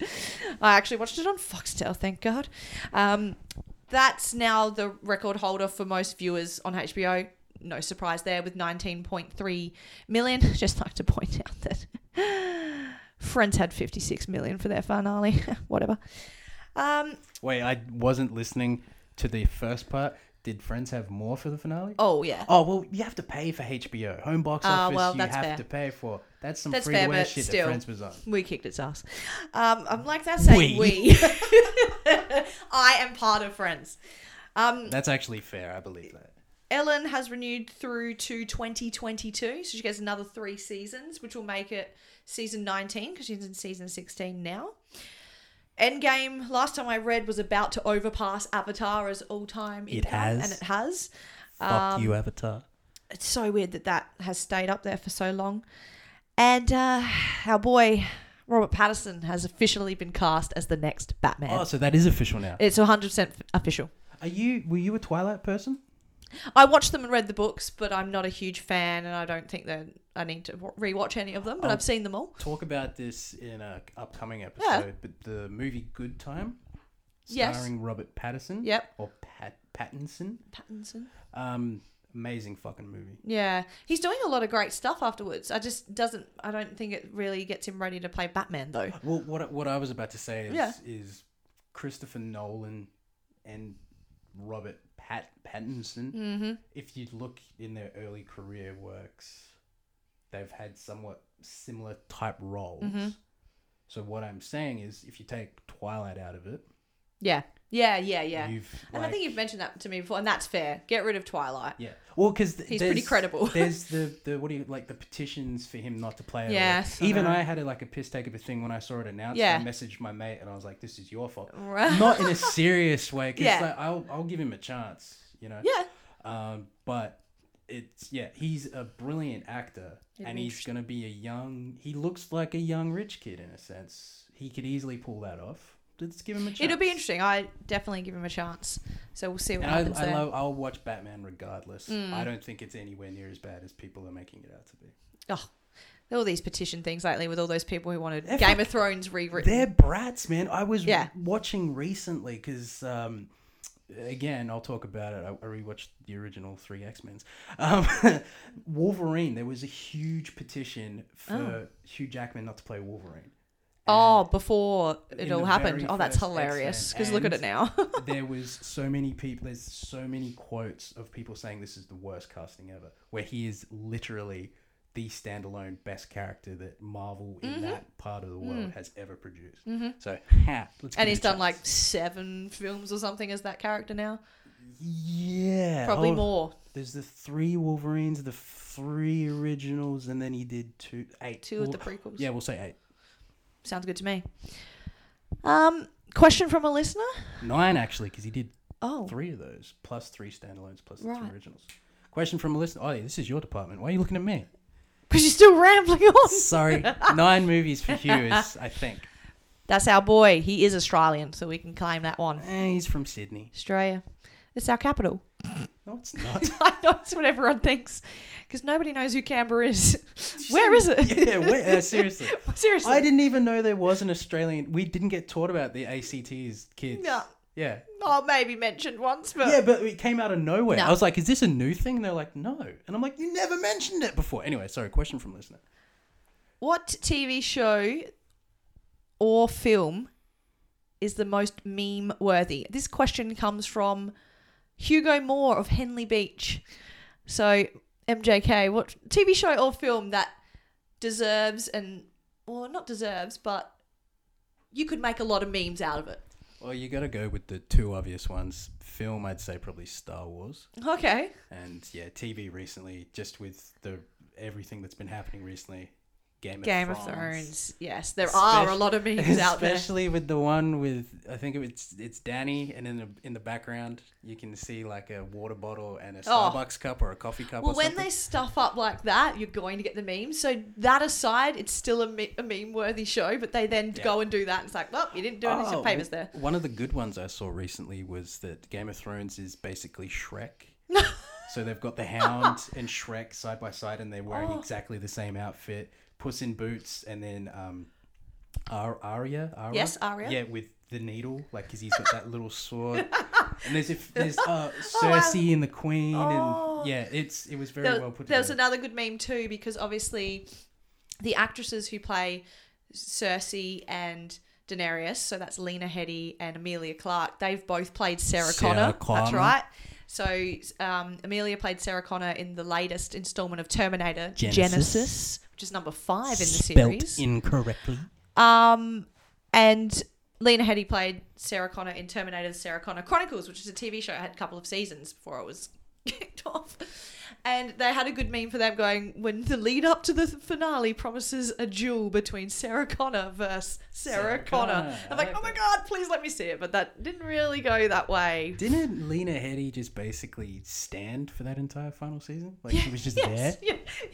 Speaker 3: I actually watched it on Foxtel, thank God. Um, that's now the record holder for most viewers on HBO. No surprise there, with 19.3 million. Just like to point out that Friends had 56 million for their finale. Whatever. Um,
Speaker 4: Wait, I wasn't listening to the first part. Did Friends have more for the finale?
Speaker 3: oh, yeah.
Speaker 4: Oh well, you have to pay for HBO. Home box
Speaker 3: Ah,
Speaker 4: office,
Speaker 3: well,
Speaker 4: you
Speaker 3: that's
Speaker 4: have
Speaker 3: fair.
Speaker 4: to pay for. That's some
Speaker 3: That's
Speaker 4: free
Speaker 3: fair,
Speaker 4: to wear
Speaker 3: but
Speaker 4: shit
Speaker 3: still.
Speaker 4: that Friends was on.
Speaker 3: We kicked its ass. Um, I'm like, that's saying we. I am part of Friends. Um,
Speaker 4: That's actually fair. I believe that.
Speaker 3: Ellen has renewed through to 2022, so she gets another three seasons, which will make it season 19 because she's in season 16 now. Endgame, last time I read, was about to overpass Avatar as all time.
Speaker 4: It has.
Speaker 3: And it has. Um,
Speaker 4: Fuck you, Avatar.
Speaker 3: It's so weird that that has stayed up there for so long. And uh, our boy, Robert Patterson, has officially been cast as the next Batman.
Speaker 4: Oh, so that is official now.
Speaker 3: It's 100% official.
Speaker 4: Are you? Were you a Twilight person?
Speaker 3: I watched them and read the books, but I'm not a huge fan, and I don't think that I need to wa- rewatch any of them. But I've seen them all.
Speaker 4: Talk about this in a upcoming episode.
Speaker 3: Yeah.
Speaker 4: But the movie Good Time,
Speaker 3: Yes.
Speaker 4: starring Robert Pattinson.
Speaker 3: Yep.
Speaker 4: Or Pat Pattinson.
Speaker 3: Mm-hmm. Pattinson.
Speaker 4: Um, amazing fucking movie.
Speaker 3: Yeah, he's doing a lot of great stuff afterwards. I just doesn't. I don't think it really gets him ready to play Batman though.
Speaker 4: Well, what what I was about to say is
Speaker 3: Yeah.
Speaker 4: is Christopher Nolan and Robert Pat Pattinson.
Speaker 3: Mm-hmm. Mm.
Speaker 4: If you look in their early career works, they've had somewhat similar type roles.
Speaker 3: Mm-hmm.
Speaker 4: So what I'm saying is, if you take Twilight out of it,
Speaker 3: Yeah, yeah, yeah, yeah.
Speaker 4: you've
Speaker 3: and I
Speaker 4: like-
Speaker 3: think you've mentioned that to me before, and that's fair. Get rid of Twilight.
Speaker 4: yeah, well, because
Speaker 3: He's pretty credible.
Speaker 4: there's the the what do you like the petitions for him not to play. it or
Speaker 3: Yes, I
Speaker 4: whatever. even
Speaker 3: know.
Speaker 4: I had a, like a piss take of a thing when I saw it announced.
Speaker 3: Yeah.
Speaker 4: I messaged my mate and I was like, "This is your fault."
Speaker 3: Right.
Speaker 4: not in a serious way because
Speaker 3: Yeah.
Speaker 4: like, I'll, I'll give him a chance you know
Speaker 3: Yeah.
Speaker 4: um, but it's yeah he's a brilliant actor and he's gonna be a young he looks like a young rich kid in a sense he could easily pull that off let's give him a chance
Speaker 3: It'll be interesting. I definitely give him a chance. So Mm. we'll see what
Speaker 4: and
Speaker 3: happens
Speaker 4: I, I
Speaker 3: there.
Speaker 4: love, I'll watch Batman regardless. I don't think it's anywhere near as bad as people are making it out to be.
Speaker 3: oh, all these petition things lately with all those people who wanted
Speaker 4: They're
Speaker 3: Game
Speaker 4: fuck-
Speaker 3: of Thrones rewritten.
Speaker 4: They're brats, man. I was
Speaker 3: Yeah.
Speaker 4: watching recently because, um, again, I'll talk about it. I, I rewatched the original three X Men's. Um, Wolverine. There was a huge petition for Hugh Jackman not to play Wolverine.
Speaker 3: Oh, before it
Speaker 4: in
Speaker 3: all
Speaker 4: the
Speaker 3: happened.
Speaker 4: very
Speaker 3: Oh, that's
Speaker 4: first
Speaker 3: hilarious.
Speaker 4: X-Men
Speaker 3: Because look at it
Speaker 4: and-
Speaker 3: now.
Speaker 4: there was so many people. There's so many quotes of people saying this is the worst casting ever, where he is literally the standalone best character that Marvel
Speaker 3: Mm-hmm.
Speaker 4: in that part of the world has ever produced. So, ha, let's give
Speaker 3: Mm.
Speaker 4: it
Speaker 3: and he's
Speaker 4: a
Speaker 3: done
Speaker 4: chance.
Speaker 3: like seven films or something as that character now.
Speaker 4: Yeah, Oh.
Speaker 3: Probably
Speaker 4: hold on.
Speaker 3: more.
Speaker 4: There's the three Wolverines, the three originals, and then he did two, eight.
Speaker 3: Two of the
Speaker 4: We'll-
Speaker 3: prequels.
Speaker 4: Yeah, we'll say eight.
Speaker 3: Sounds good to me. Um, question from a listener.
Speaker 4: Nine, actually, because he did
Speaker 3: Oh,
Speaker 4: three of those, plus three standalones, plus the
Speaker 3: Right.
Speaker 4: three originals. Question from a listener. Oh, yeah, this is your department. Why are you looking at me?
Speaker 3: because you're still rambling on.
Speaker 4: Sorry, nine movies for Hugh is, I think.
Speaker 3: That's our boy. He is Australian, so we can claim that one.
Speaker 4: Eh, he's from Sydney.
Speaker 3: Australia. It's our capital.
Speaker 4: No, it's not.
Speaker 3: I know it's what everyone thinks because nobody knows who Canberra is. Where is it?
Speaker 4: yeah, wait, uh, seriously.
Speaker 3: Seriously.
Speaker 4: I didn't even know there was an Australian. We didn't get taught about the ACTs, kids.
Speaker 3: No.
Speaker 4: Yeah.
Speaker 3: Oh, maybe mentioned once, but
Speaker 4: Yeah, but it came out of nowhere.
Speaker 3: No.
Speaker 4: I was like, is this a new thing? They're like, no. And I'm like, you never mentioned it before. Anyway, sorry, question from listener.
Speaker 3: what TV show or film is the most meme worthy? This question comes from Hugo Moore of Henley Beach. So, MJK, what TV show or film that deserves and, well, not deserves, but you could make a lot of memes out of it?
Speaker 4: Well, you got to go with the two obvious ones. Film, I'd say probably Star Wars.
Speaker 3: Okay.
Speaker 4: And yeah, TV recently, just with the everything that's been happening recently. Game,
Speaker 3: Game
Speaker 4: of
Speaker 3: of
Speaker 4: Thrones.
Speaker 3: Thrones. Yes, there are a
Speaker 4: Espec-
Speaker 3: lot of memes
Speaker 4: Especially
Speaker 3: out there.
Speaker 4: with the one with I think it's it's Danny, and in the in the background you can see like a water bottle and a Starbucks cup or a coffee cup.
Speaker 3: Oh. Well,
Speaker 4: or
Speaker 3: when
Speaker 4: something.
Speaker 3: they stuff up like that, you're going to get the memes. So that aside, it's still a, me- a meme-worthy show. But they then go and do that. And it's like, well, you didn't do any
Speaker 4: Oh,
Speaker 3: papers there.
Speaker 4: One of the good ones I saw recently was that Game of Thrones is basically Shrek. so they've got the Hound and Shrek side by side, and they're wearing
Speaker 3: Oh.
Speaker 4: exactly the same outfit, Puss in Boots, and then um, Ar- Arya. Ara?
Speaker 3: Yes, Arya.
Speaker 4: Yeah, with the needle, like because he's got that little sword. And there's if there's
Speaker 3: Oh,
Speaker 4: uh, Cersei and the Queen, and yeah, it's it was very
Speaker 3: There,
Speaker 4: well put
Speaker 3: there was
Speaker 4: together.
Speaker 3: another good meme too because obviously, the actresses who play Cersei and Daenerys, so that's Lena Headey and Amelia Clark. They've both played Sarah,
Speaker 4: Sarah
Speaker 3: Connor. That's
Speaker 4: Connor.
Speaker 3: right. So um, Amelia played Sarah Connor in the latest installment of Terminator
Speaker 4: Genesis.
Speaker 3: Genesis, which is number five in the series.
Speaker 4: incorrectly.
Speaker 3: Um, and Lena Headey played Sarah Connor in Terminator's Sarah Connor Chronicles, which is a TV show. It had a couple of seasons before it was kicked off. And they had a good meme for them going, when the lead up to the finale promises a duel between Sarah Connor versus Sarah,
Speaker 4: Sarah
Speaker 3: Connor.
Speaker 4: Connor, I
Speaker 3: I'm like,
Speaker 4: like
Speaker 3: oh my
Speaker 4: that."
Speaker 3: God, please let me see it. But that didn't really go that way.
Speaker 4: Didn't Lena Headey just basically stand for that entire final season? Like she was just there.
Speaker 3: Yes.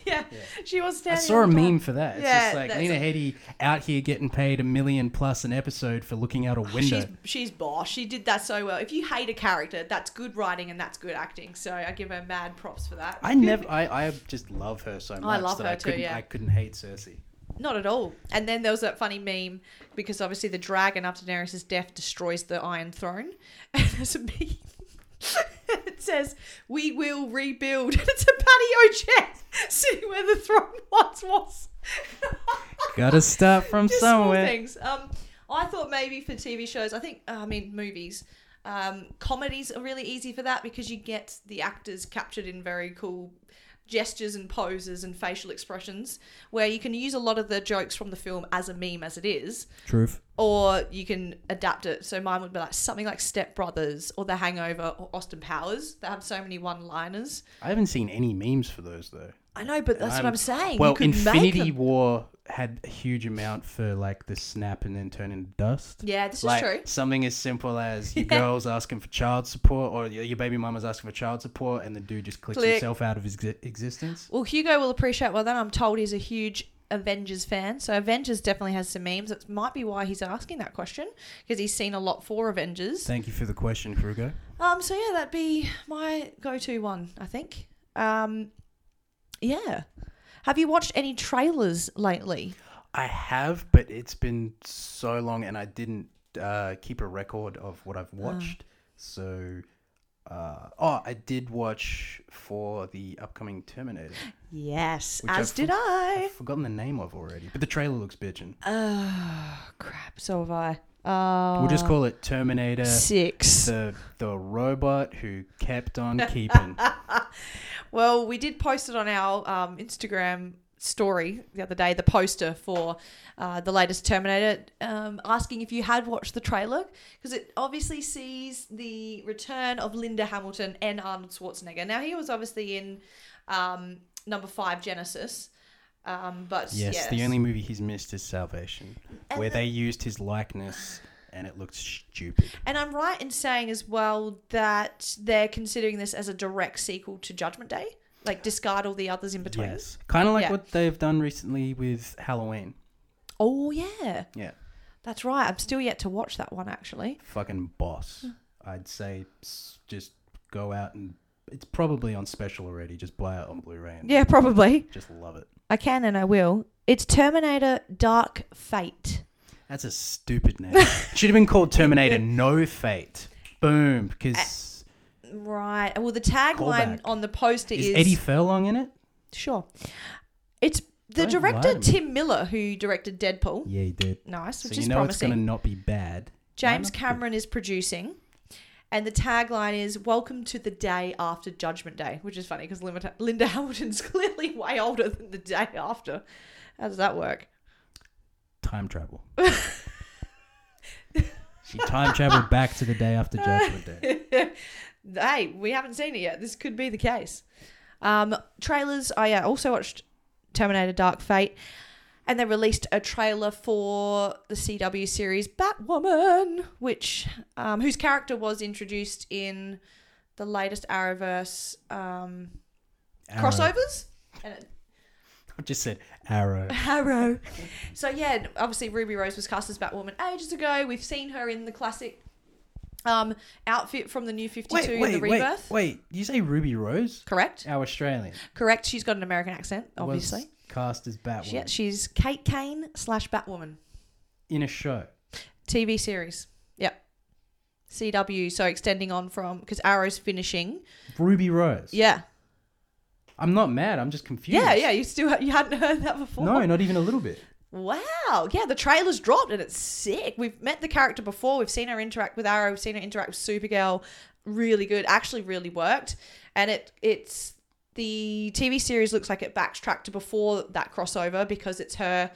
Speaker 3: Yeah, yeah. She was
Speaker 4: I
Speaker 3: standing.
Speaker 4: saw a
Speaker 3: on top.
Speaker 4: meme for that. It's
Speaker 3: Yeah,
Speaker 4: just like
Speaker 3: that's-
Speaker 4: Lena Headey out here getting paid a million plus an episode for looking out a window.
Speaker 3: Oh, She's she's boss. She did that so well. If you hate a character, that's good writing and that's good acting. So I give her mad props for that.
Speaker 4: I never. I, I just love her so much
Speaker 3: Oh, love
Speaker 4: that
Speaker 3: her
Speaker 4: I
Speaker 3: too,
Speaker 4: couldn't.
Speaker 3: yeah.
Speaker 4: I couldn't hate Cersei.
Speaker 3: Not at all. And then there was that funny meme because obviously the dragon after Daenerys' death destroys the Iron Throne, and there's a meme. it says, "We will rebuild." And it's a patio chair sitting where the throne once was.
Speaker 4: Gotta start from
Speaker 3: Just small
Speaker 4: somewhere.
Speaker 3: things. Um, I thought maybe for TV shows, I think, uh, I mean, movies, um, comedies are really easy for that because you get the actors captured in very cool gestures and poses and facial expressions where you can use a lot of the jokes from the film as a meme as it is
Speaker 4: Truth.
Speaker 3: or you can adapt it so mine would be like something like step brothers or the hangover or austin powers they have so many one liners
Speaker 4: I haven't seen any memes for those though.
Speaker 3: i know but that's what i'm saying
Speaker 4: Well,
Speaker 3: you could make
Speaker 4: Infinity
Speaker 3: them.
Speaker 4: War had a huge amount for like the snap and then turn into dust.
Speaker 3: yeah this is
Speaker 4: like
Speaker 3: true
Speaker 4: something as simple as your girl's asking for child support or your, your baby mama's asking for child support and the dude just clicks
Speaker 3: Click.
Speaker 4: himself out of his exi- existence
Speaker 3: Well, Hugo will appreciate well then. I'm told he's a huge Avengers fan, so Avengers definitely has some memes. That might be why he's asking that question because he's seen a lot for Avengers.
Speaker 4: thank you for the question kruger
Speaker 3: Um, so yeah, that'd be my go-to one, I think. Um, yeah. Have you watched any trailers lately?
Speaker 4: i have but it's been so long and i didn't uh, keep a record of what
Speaker 3: Ah.
Speaker 4: i've watched so uh, oh i did watch for the upcoming terminator
Speaker 3: Yes,
Speaker 4: Which
Speaker 3: as
Speaker 4: I've-
Speaker 3: did
Speaker 4: i've
Speaker 3: I.
Speaker 4: forgotten the name of already but the trailer looks bitchin
Speaker 3: Oh crap! So have I. Uh,
Speaker 4: we'll just call it uh, terminator
Speaker 3: six.
Speaker 4: the, the robot who kept on keeping
Speaker 3: Well, we did post it on our um, Instagram story the other day, the poster for uh, the latest Terminator, um, asking if you had watched the trailer because it obviously sees the return of Linda Hamilton and Arnold Schwarzenegger. Now, he was obviously in um, number five Genesis. Um, but
Speaker 4: Yes,
Speaker 3: yes,
Speaker 4: the only movie he's missed is Salvation,
Speaker 3: And
Speaker 4: where
Speaker 3: the-
Speaker 4: they used his likeness and it looked stupid.
Speaker 3: And I'm right in saying as well that they're considering this as a direct sequel to Judgment Day. like discard all the others in between.
Speaker 4: Yes. Kind of like
Speaker 3: Yeah.
Speaker 4: what they've done recently with Halloween.
Speaker 3: Oh yeah,
Speaker 4: Yeah.
Speaker 3: that's right. I'm still yet to watch that one actually.
Speaker 4: Fucking
Speaker 3: Hmm.
Speaker 4: boss. I'd say s- just go out and it's probably on special already. Just buy it on Blu-ray and
Speaker 3: Yeah, probably.
Speaker 4: just love it.
Speaker 3: I can and I will. It's Terminator Dark Fate.
Speaker 4: That's a stupid name. Should have been called Terminator No Fate. Boom. Because
Speaker 3: Right. Well, the tagline
Speaker 4: Callback.
Speaker 3: on the poster
Speaker 4: is,
Speaker 3: is,
Speaker 4: Eddie Furlong in it?
Speaker 3: sure. It's the
Speaker 4: Don't
Speaker 3: director
Speaker 4: lie to me.
Speaker 3: Tim Miller who directed Deadpool.
Speaker 4: Yeah, he did.
Speaker 3: Nice, which
Speaker 4: so you
Speaker 3: is
Speaker 4: know it's
Speaker 3: promising.
Speaker 4: going to not be bad.
Speaker 3: James
Speaker 4: Why not?
Speaker 3: Cameron is producing, and the tagline is "Welcome to the day after Judgment Day," which is funny because Linda, Linda Hamilton's clearly way older than the day after. How does that work?
Speaker 4: Time travel. she time traveled back to the day after Judgment Day.
Speaker 3: Hey, we haven't seen it yet. This could be the case. Um, trailers. I uh, also watched Terminator: Dark Fate, and they released a trailer for the CW series Batwoman, which um, whose character was introduced in the latest Arrowverse. Um,
Speaker 4: Arrow.
Speaker 3: crossovers. And it-
Speaker 4: I just said arrow.
Speaker 3: Harrow. So yeah, obviously Ruby Rose was cast as Batwoman ages ago. We've seen her in the classic um, outfit from the New Fifty Two, the Rebirth.
Speaker 4: wait, wait. You say Ruby Rose?
Speaker 3: Correct.
Speaker 4: Our Australian.
Speaker 3: Correct. She's got an American accent,
Speaker 4: Was
Speaker 3: obviously.
Speaker 4: cast as Batwoman
Speaker 3: She, she's Kate Kane slash Batwoman
Speaker 4: in a show.
Speaker 3: TV series. Yep. CW. So extending on from because Arrow's finishing.
Speaker 4: Ruby Rose.
Speaker 3: Yeah.
Speaker 4: I'm not mad. I'm just confused.
Speaker 3: Yeah. Yeah. You still you hadn't heard that before.
Speaker 4: No, not even a little bit.
Speaker 3: Wow. Yeah, the trailer's dropped and it's sick. We've met the character before. We've seen her interact with Arrow. We've seen her interact with Supergirl. Really good. Actually, really worked. And it it's the TV series looks like it backtracked to before that crossover because it's her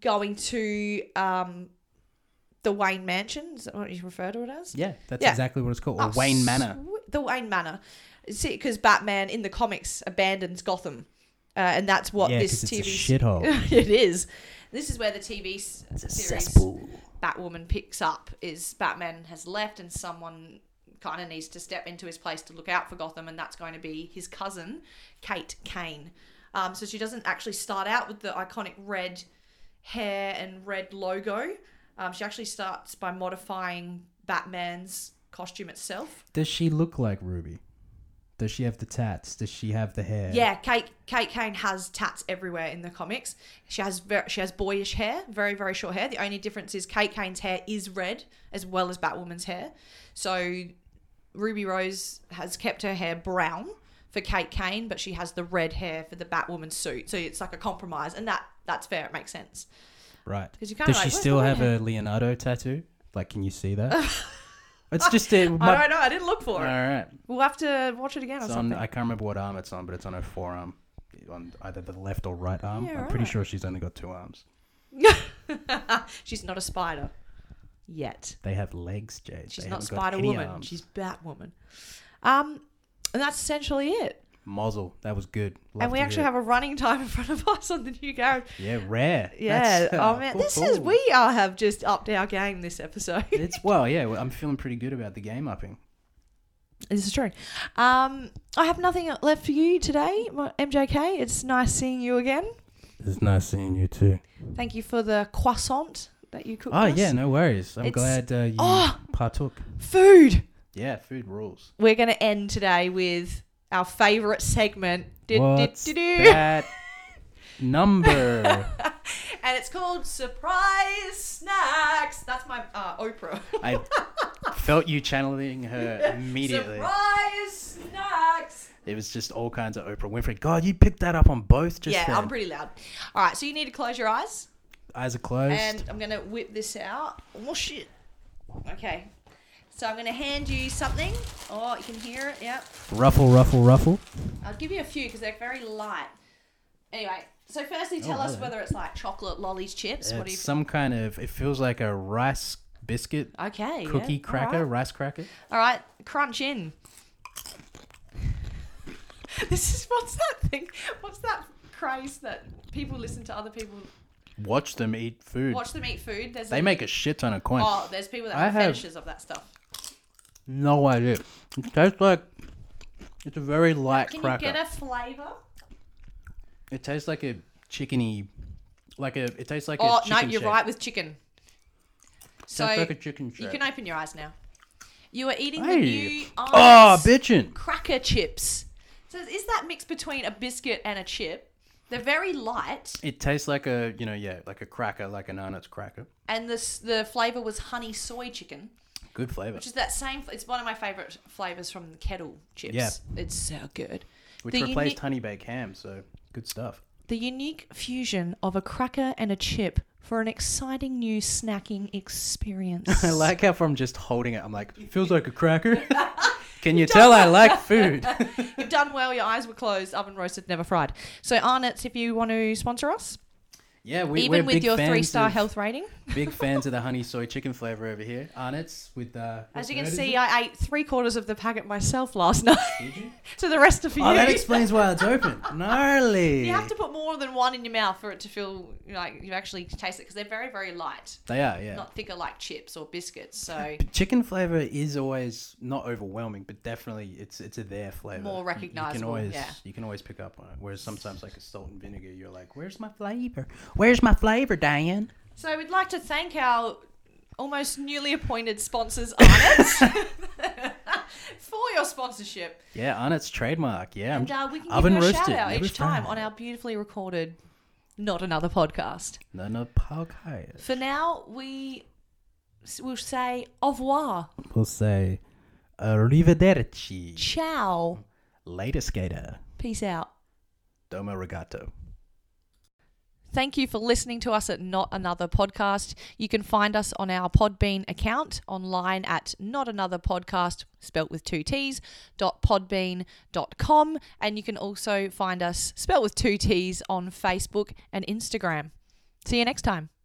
Speaker 3: going to um, the Wayne Mansion. Is that what you refer to it as?
Speaker 4: Yeah, that's
Speaker 3: Yeah.
Speaker 4: exactly what it's called. Or
Speaker 3: Oh,
Speaker 4: Wayne Manor.
Speaker 3: swe- The Wayne Manor. See, because Batman in the comics abandons Gotham. Uh, and that's what
Speaker 4: yeah,
Speaker 3: this
Speaker 4: 'cause it's
Speaker 3: TV
Speaker 4: a shithole.
Speaker 3: it is. This is where the TV s- series Batwoman picks up is Batman has left and someone kind of needs to step into his place to look out for Gotham and that's going to be his cousin Kate Kane. Um, so she doesn't actually start out with the iconic red hair and red logo. Um, she actually starts by modifying Batman's costume itself.
Speaker 4: Does she look like Ruby? Does she have the tats? Does she have the hair?
Speaker 3: Yeah, Kate Kate Kane has tats everywhere in the comics. She has ver- she has boyish hair, very very short hair. The only difference is Kate Kane's hair is red as well as Batwoman's hair. So Ruby Rose has kept her hair brown for Kate Kane, but she has the red hair for the Batwoman suit. So it's like a compromise, and that that's fair. It makes sense.
Speaker 4: Right.
Speaker 3: 'Cause you
Speaker 4: Does
Speaker 3: kinda
Speaker 4: she
Speaker 3: like, where's
Speaker 4: still
Speaker 3: the
Speaker 4: have
Speaker 3: hair?
Speaker 4: a Leonardo tattoo? Like, can you see that? it's just a.
Speaker 3: I don't know. I didn't look for
Speaker 4: All
Speaker 3: it.
Speaker 4: right.
Speaker 3: We'll have to watch it again or
Speaker 4: It's on,
Speaker 3: something.
Speaker 4: I can't remember what arm it's on, but it's on her forearm, on either the left or right arm.
Speaker 3: Yeah,
Speaker 4: I'm pretty
Speaker 3: right.
Speaker 4: sure she's only got two arms.
Speaker 3: She's not a spider yet.
Speaker 4: They have legs, Jade.
Speaker 3: She's
Speaker 4: They
Speaker 3: not
Speaker 4: haven't got
Speaker 3: Spider
Speaker 4: any
Speaker 3: Woman.
Speaker 4: arms.
Speaker 3: She's Batwoman. Um, and that's essentially it.
Speaker 4: Muzzle. That was good.
Speaker 3: and we actually have a running time in front of us on the new garage.
Speaker 4: Yeah, rare.
Speaker 3: Yeah.
Speaker 4: That's- ah,
Speaker 3: Oh man,
Speaker 4: cool,
Speaker 3: this is
Speaker 4: cool.
Speaker 3: we are have just upped our game this episode.
Speaker 4: It's well, yeah. well, I'm feeling pretty good about the game upping.
Speaker 3: this is true. Um, I have nothing left for you today, my- MJK. It's nice seeing you again.
Speaker 4: It's nice seeing you too.
Speaker 3: Thank you for the croissant that you cooked.
Speaker 4: Oh
Speaker 3: us.
Speaker 4: yeah, no worries. I'm
Speaker 3: It's-
Speaker 4: glad uh, you
Speaker 3: Oh!
Speaker 4: partook.
Speaker 3: Food.
Speaker 4: Yeah, food rules.
Speaker 3: We're gonna end today with our favorite segment. Du- du-
Speaker 4: What's
Speaker 3: du- du.
Speaker 4: that number?
Speaker 3: and it's called Surprise Snacks. That's my uh, Oprah.
Speaker 4: I felt you channeling her immediately.
Speaker 3: Surprise Snacks.
Speaker 4: It was just all kinds of Oprah Winfrey. God, you picked that up on both. Just
Speaker 3: yeah,
Speaker 4: then.
Speaker 3: I'm pretty loud. All right, so you need to close your eyes,
Speaker 4: eyes are closed.
Speaker 3: and I'm gonna whip this out. Oh shit. Okay. So I'm gonna hand you something. Oh, you can hear it. Yep.
Speaker 4: Ruffle, ruffle, ruffle.
Speaker 3: I'll give you a few because they're very light. Anyway, so firstly, tell us
Speaker 4: Oh, hello.
Speaker 3: whether it's like chocolate lollies, chips. what do
Speaker 4: It's
Speaker 3: you?
Speaker 4: some kind of. It feels like a rice biscuit,
Speaker 3: Okay. Oh, yeah,
Speaker 4: cookie
Speaker 3: all right.
Speaker 4: cracker, rice cracker.
Speaker 3: All right, crunch in. this is what's that thing? What's that craze that people listen to other people
Speaker 4: Watch them eat food.
Speaker 3: watch them eat food? There's
Speaker 4: They
Speaker 3: a,
Speaker 4: make a shit ton of coin.
Speaker 3: oh, there's people that
Speaker 4: I
Speaker 3: have
Speaker 4: have-
Speaker 3: fetishes of that stuff.
Speaker 4: No idea. It tastes like It's a very light
Speaker 3: Can
Speaker 4: cracker.
Speaker 3: you get a flavour?
Speaker 4: It tastes like a chickeny, like a. It tastes like
Speaker 3: Oh,
Speaker 4: a.
Speaker 3: no,
Speaker 4: chicken
Speaker 3: you're
Speaker 4: shake.
Speaker 3: right with chicken. So
Speaker 4: tastes like a chicken
Speaker 3: you
Speaker 4: shake.
Speaker 3: can open your eyes now. You are eating the new
Speaker 4: Hey. Oh,
Speaker 3: Arnott's
Speaker 4: bitchin'.
Speaker 3: cracker chips. So is that mix between a biscuit and a chip? They're very light,
Speaker 4: It tastes like a, you know, yeah, like a cracker, like an Arnott's cracker.
Speaker 3: and this the flavour was honey soy chicken,
Speaker 4: Good flavor.
Speaker 3: which is that same. It's one of my favourite flavours from the kettle chips.
Speaker 4: Yeah.
Speaker 3: it's so good.
Speaker 4: Which
Speaker 3: the
Speaker 4: replaced
Speaker 3: unique-
Speaker 4: honey baked ham, so good stuff.
Speaker 3: The unique fusion of a cracker and a chip for an exciting new snacking experience.
Speaker 4: I like how from just holding it, I'm like, feels like a cracker. Can you tell I like food?
Speaker 3: You've done well. Your eyes were closed. Oven roasted, never fried. So Arnott's, if you want to sponsor us,
Speaker 4: yeah, we,
Speaker 3: even
Speaker 4: we're
Speaker 3: with
Speaker 4: big
Speaker 3: your
Speaker 4: fans
Speaker 3: three-star
Speaker 4: of-
Speaker 3: health rating,
Speaker 4: big fans of the honey soy chicken flavor over here. Arnott's with the.
Speaker 3: as you
Speaker 4: what
Speaker 3: can
Speaker 4: bird is
Speaker 3: see,
Speaker 4: it?
Speaker 3: I ate three quarters of the packet myself last night.
Speaker 4: Did you?
Speaker 3: so the rest of you,
Speaker 4: Oh, that explains why it's open. Gnarly.
Speaker 3: you have to put more than one in your mouth for it to feel like you actually taste it because they're very, very light,
Speaker 4: They are, yeah.
Speaker 3: not thicker like chips or biscuits. So
Speaker 4: Chicken flavor is always not overwhelming, but definitely it's it's a there flavor.
Speaker 3: More
Speaker 4: You- You can
Speaker 3: recognizable,
Speaker 4: always
Speaker 3: yeah.
Speaker 4: you can always pick up on it. Whereas sometimes like a salt and vinegar, you're like, "Where's my flavor? Where's my flavor, Diane?"
Speaker 3: So we'd like to thank our almost newly appointed sponsors, Arnott's, for your sponsorship.
Speaker 4: Yeah, on its trademark. Yeah,
Speaker 3: And uh, we can
Speaker 4: oven
Speaker 3: give you a shout
Speaker 4: roasted,
Speaker 3: out
Speaker 4: never
Speaker 3: each time
Speaker 4: fried.
Speaker 3: on our beautifully recorded Not Another podcast.
Speaker 4: no no podcast.
Speaker 3: For now, we s- will say au revoir,
Speaker 4: We'll say, "Arrivederci,
Speaker 3: ciao,
Speaker 4: later skater,
Speaker 3: peace out.
Speaker 4: domo regato."
Speaker 3: Thank you for listening to us at Not Another Podcast. You can find us on our Podbean account online at Not Another Podcast, spelt with two T's, dot podbean.com. And you can also find us, spelt with two T's, on Facebook and Instagram. See you next time.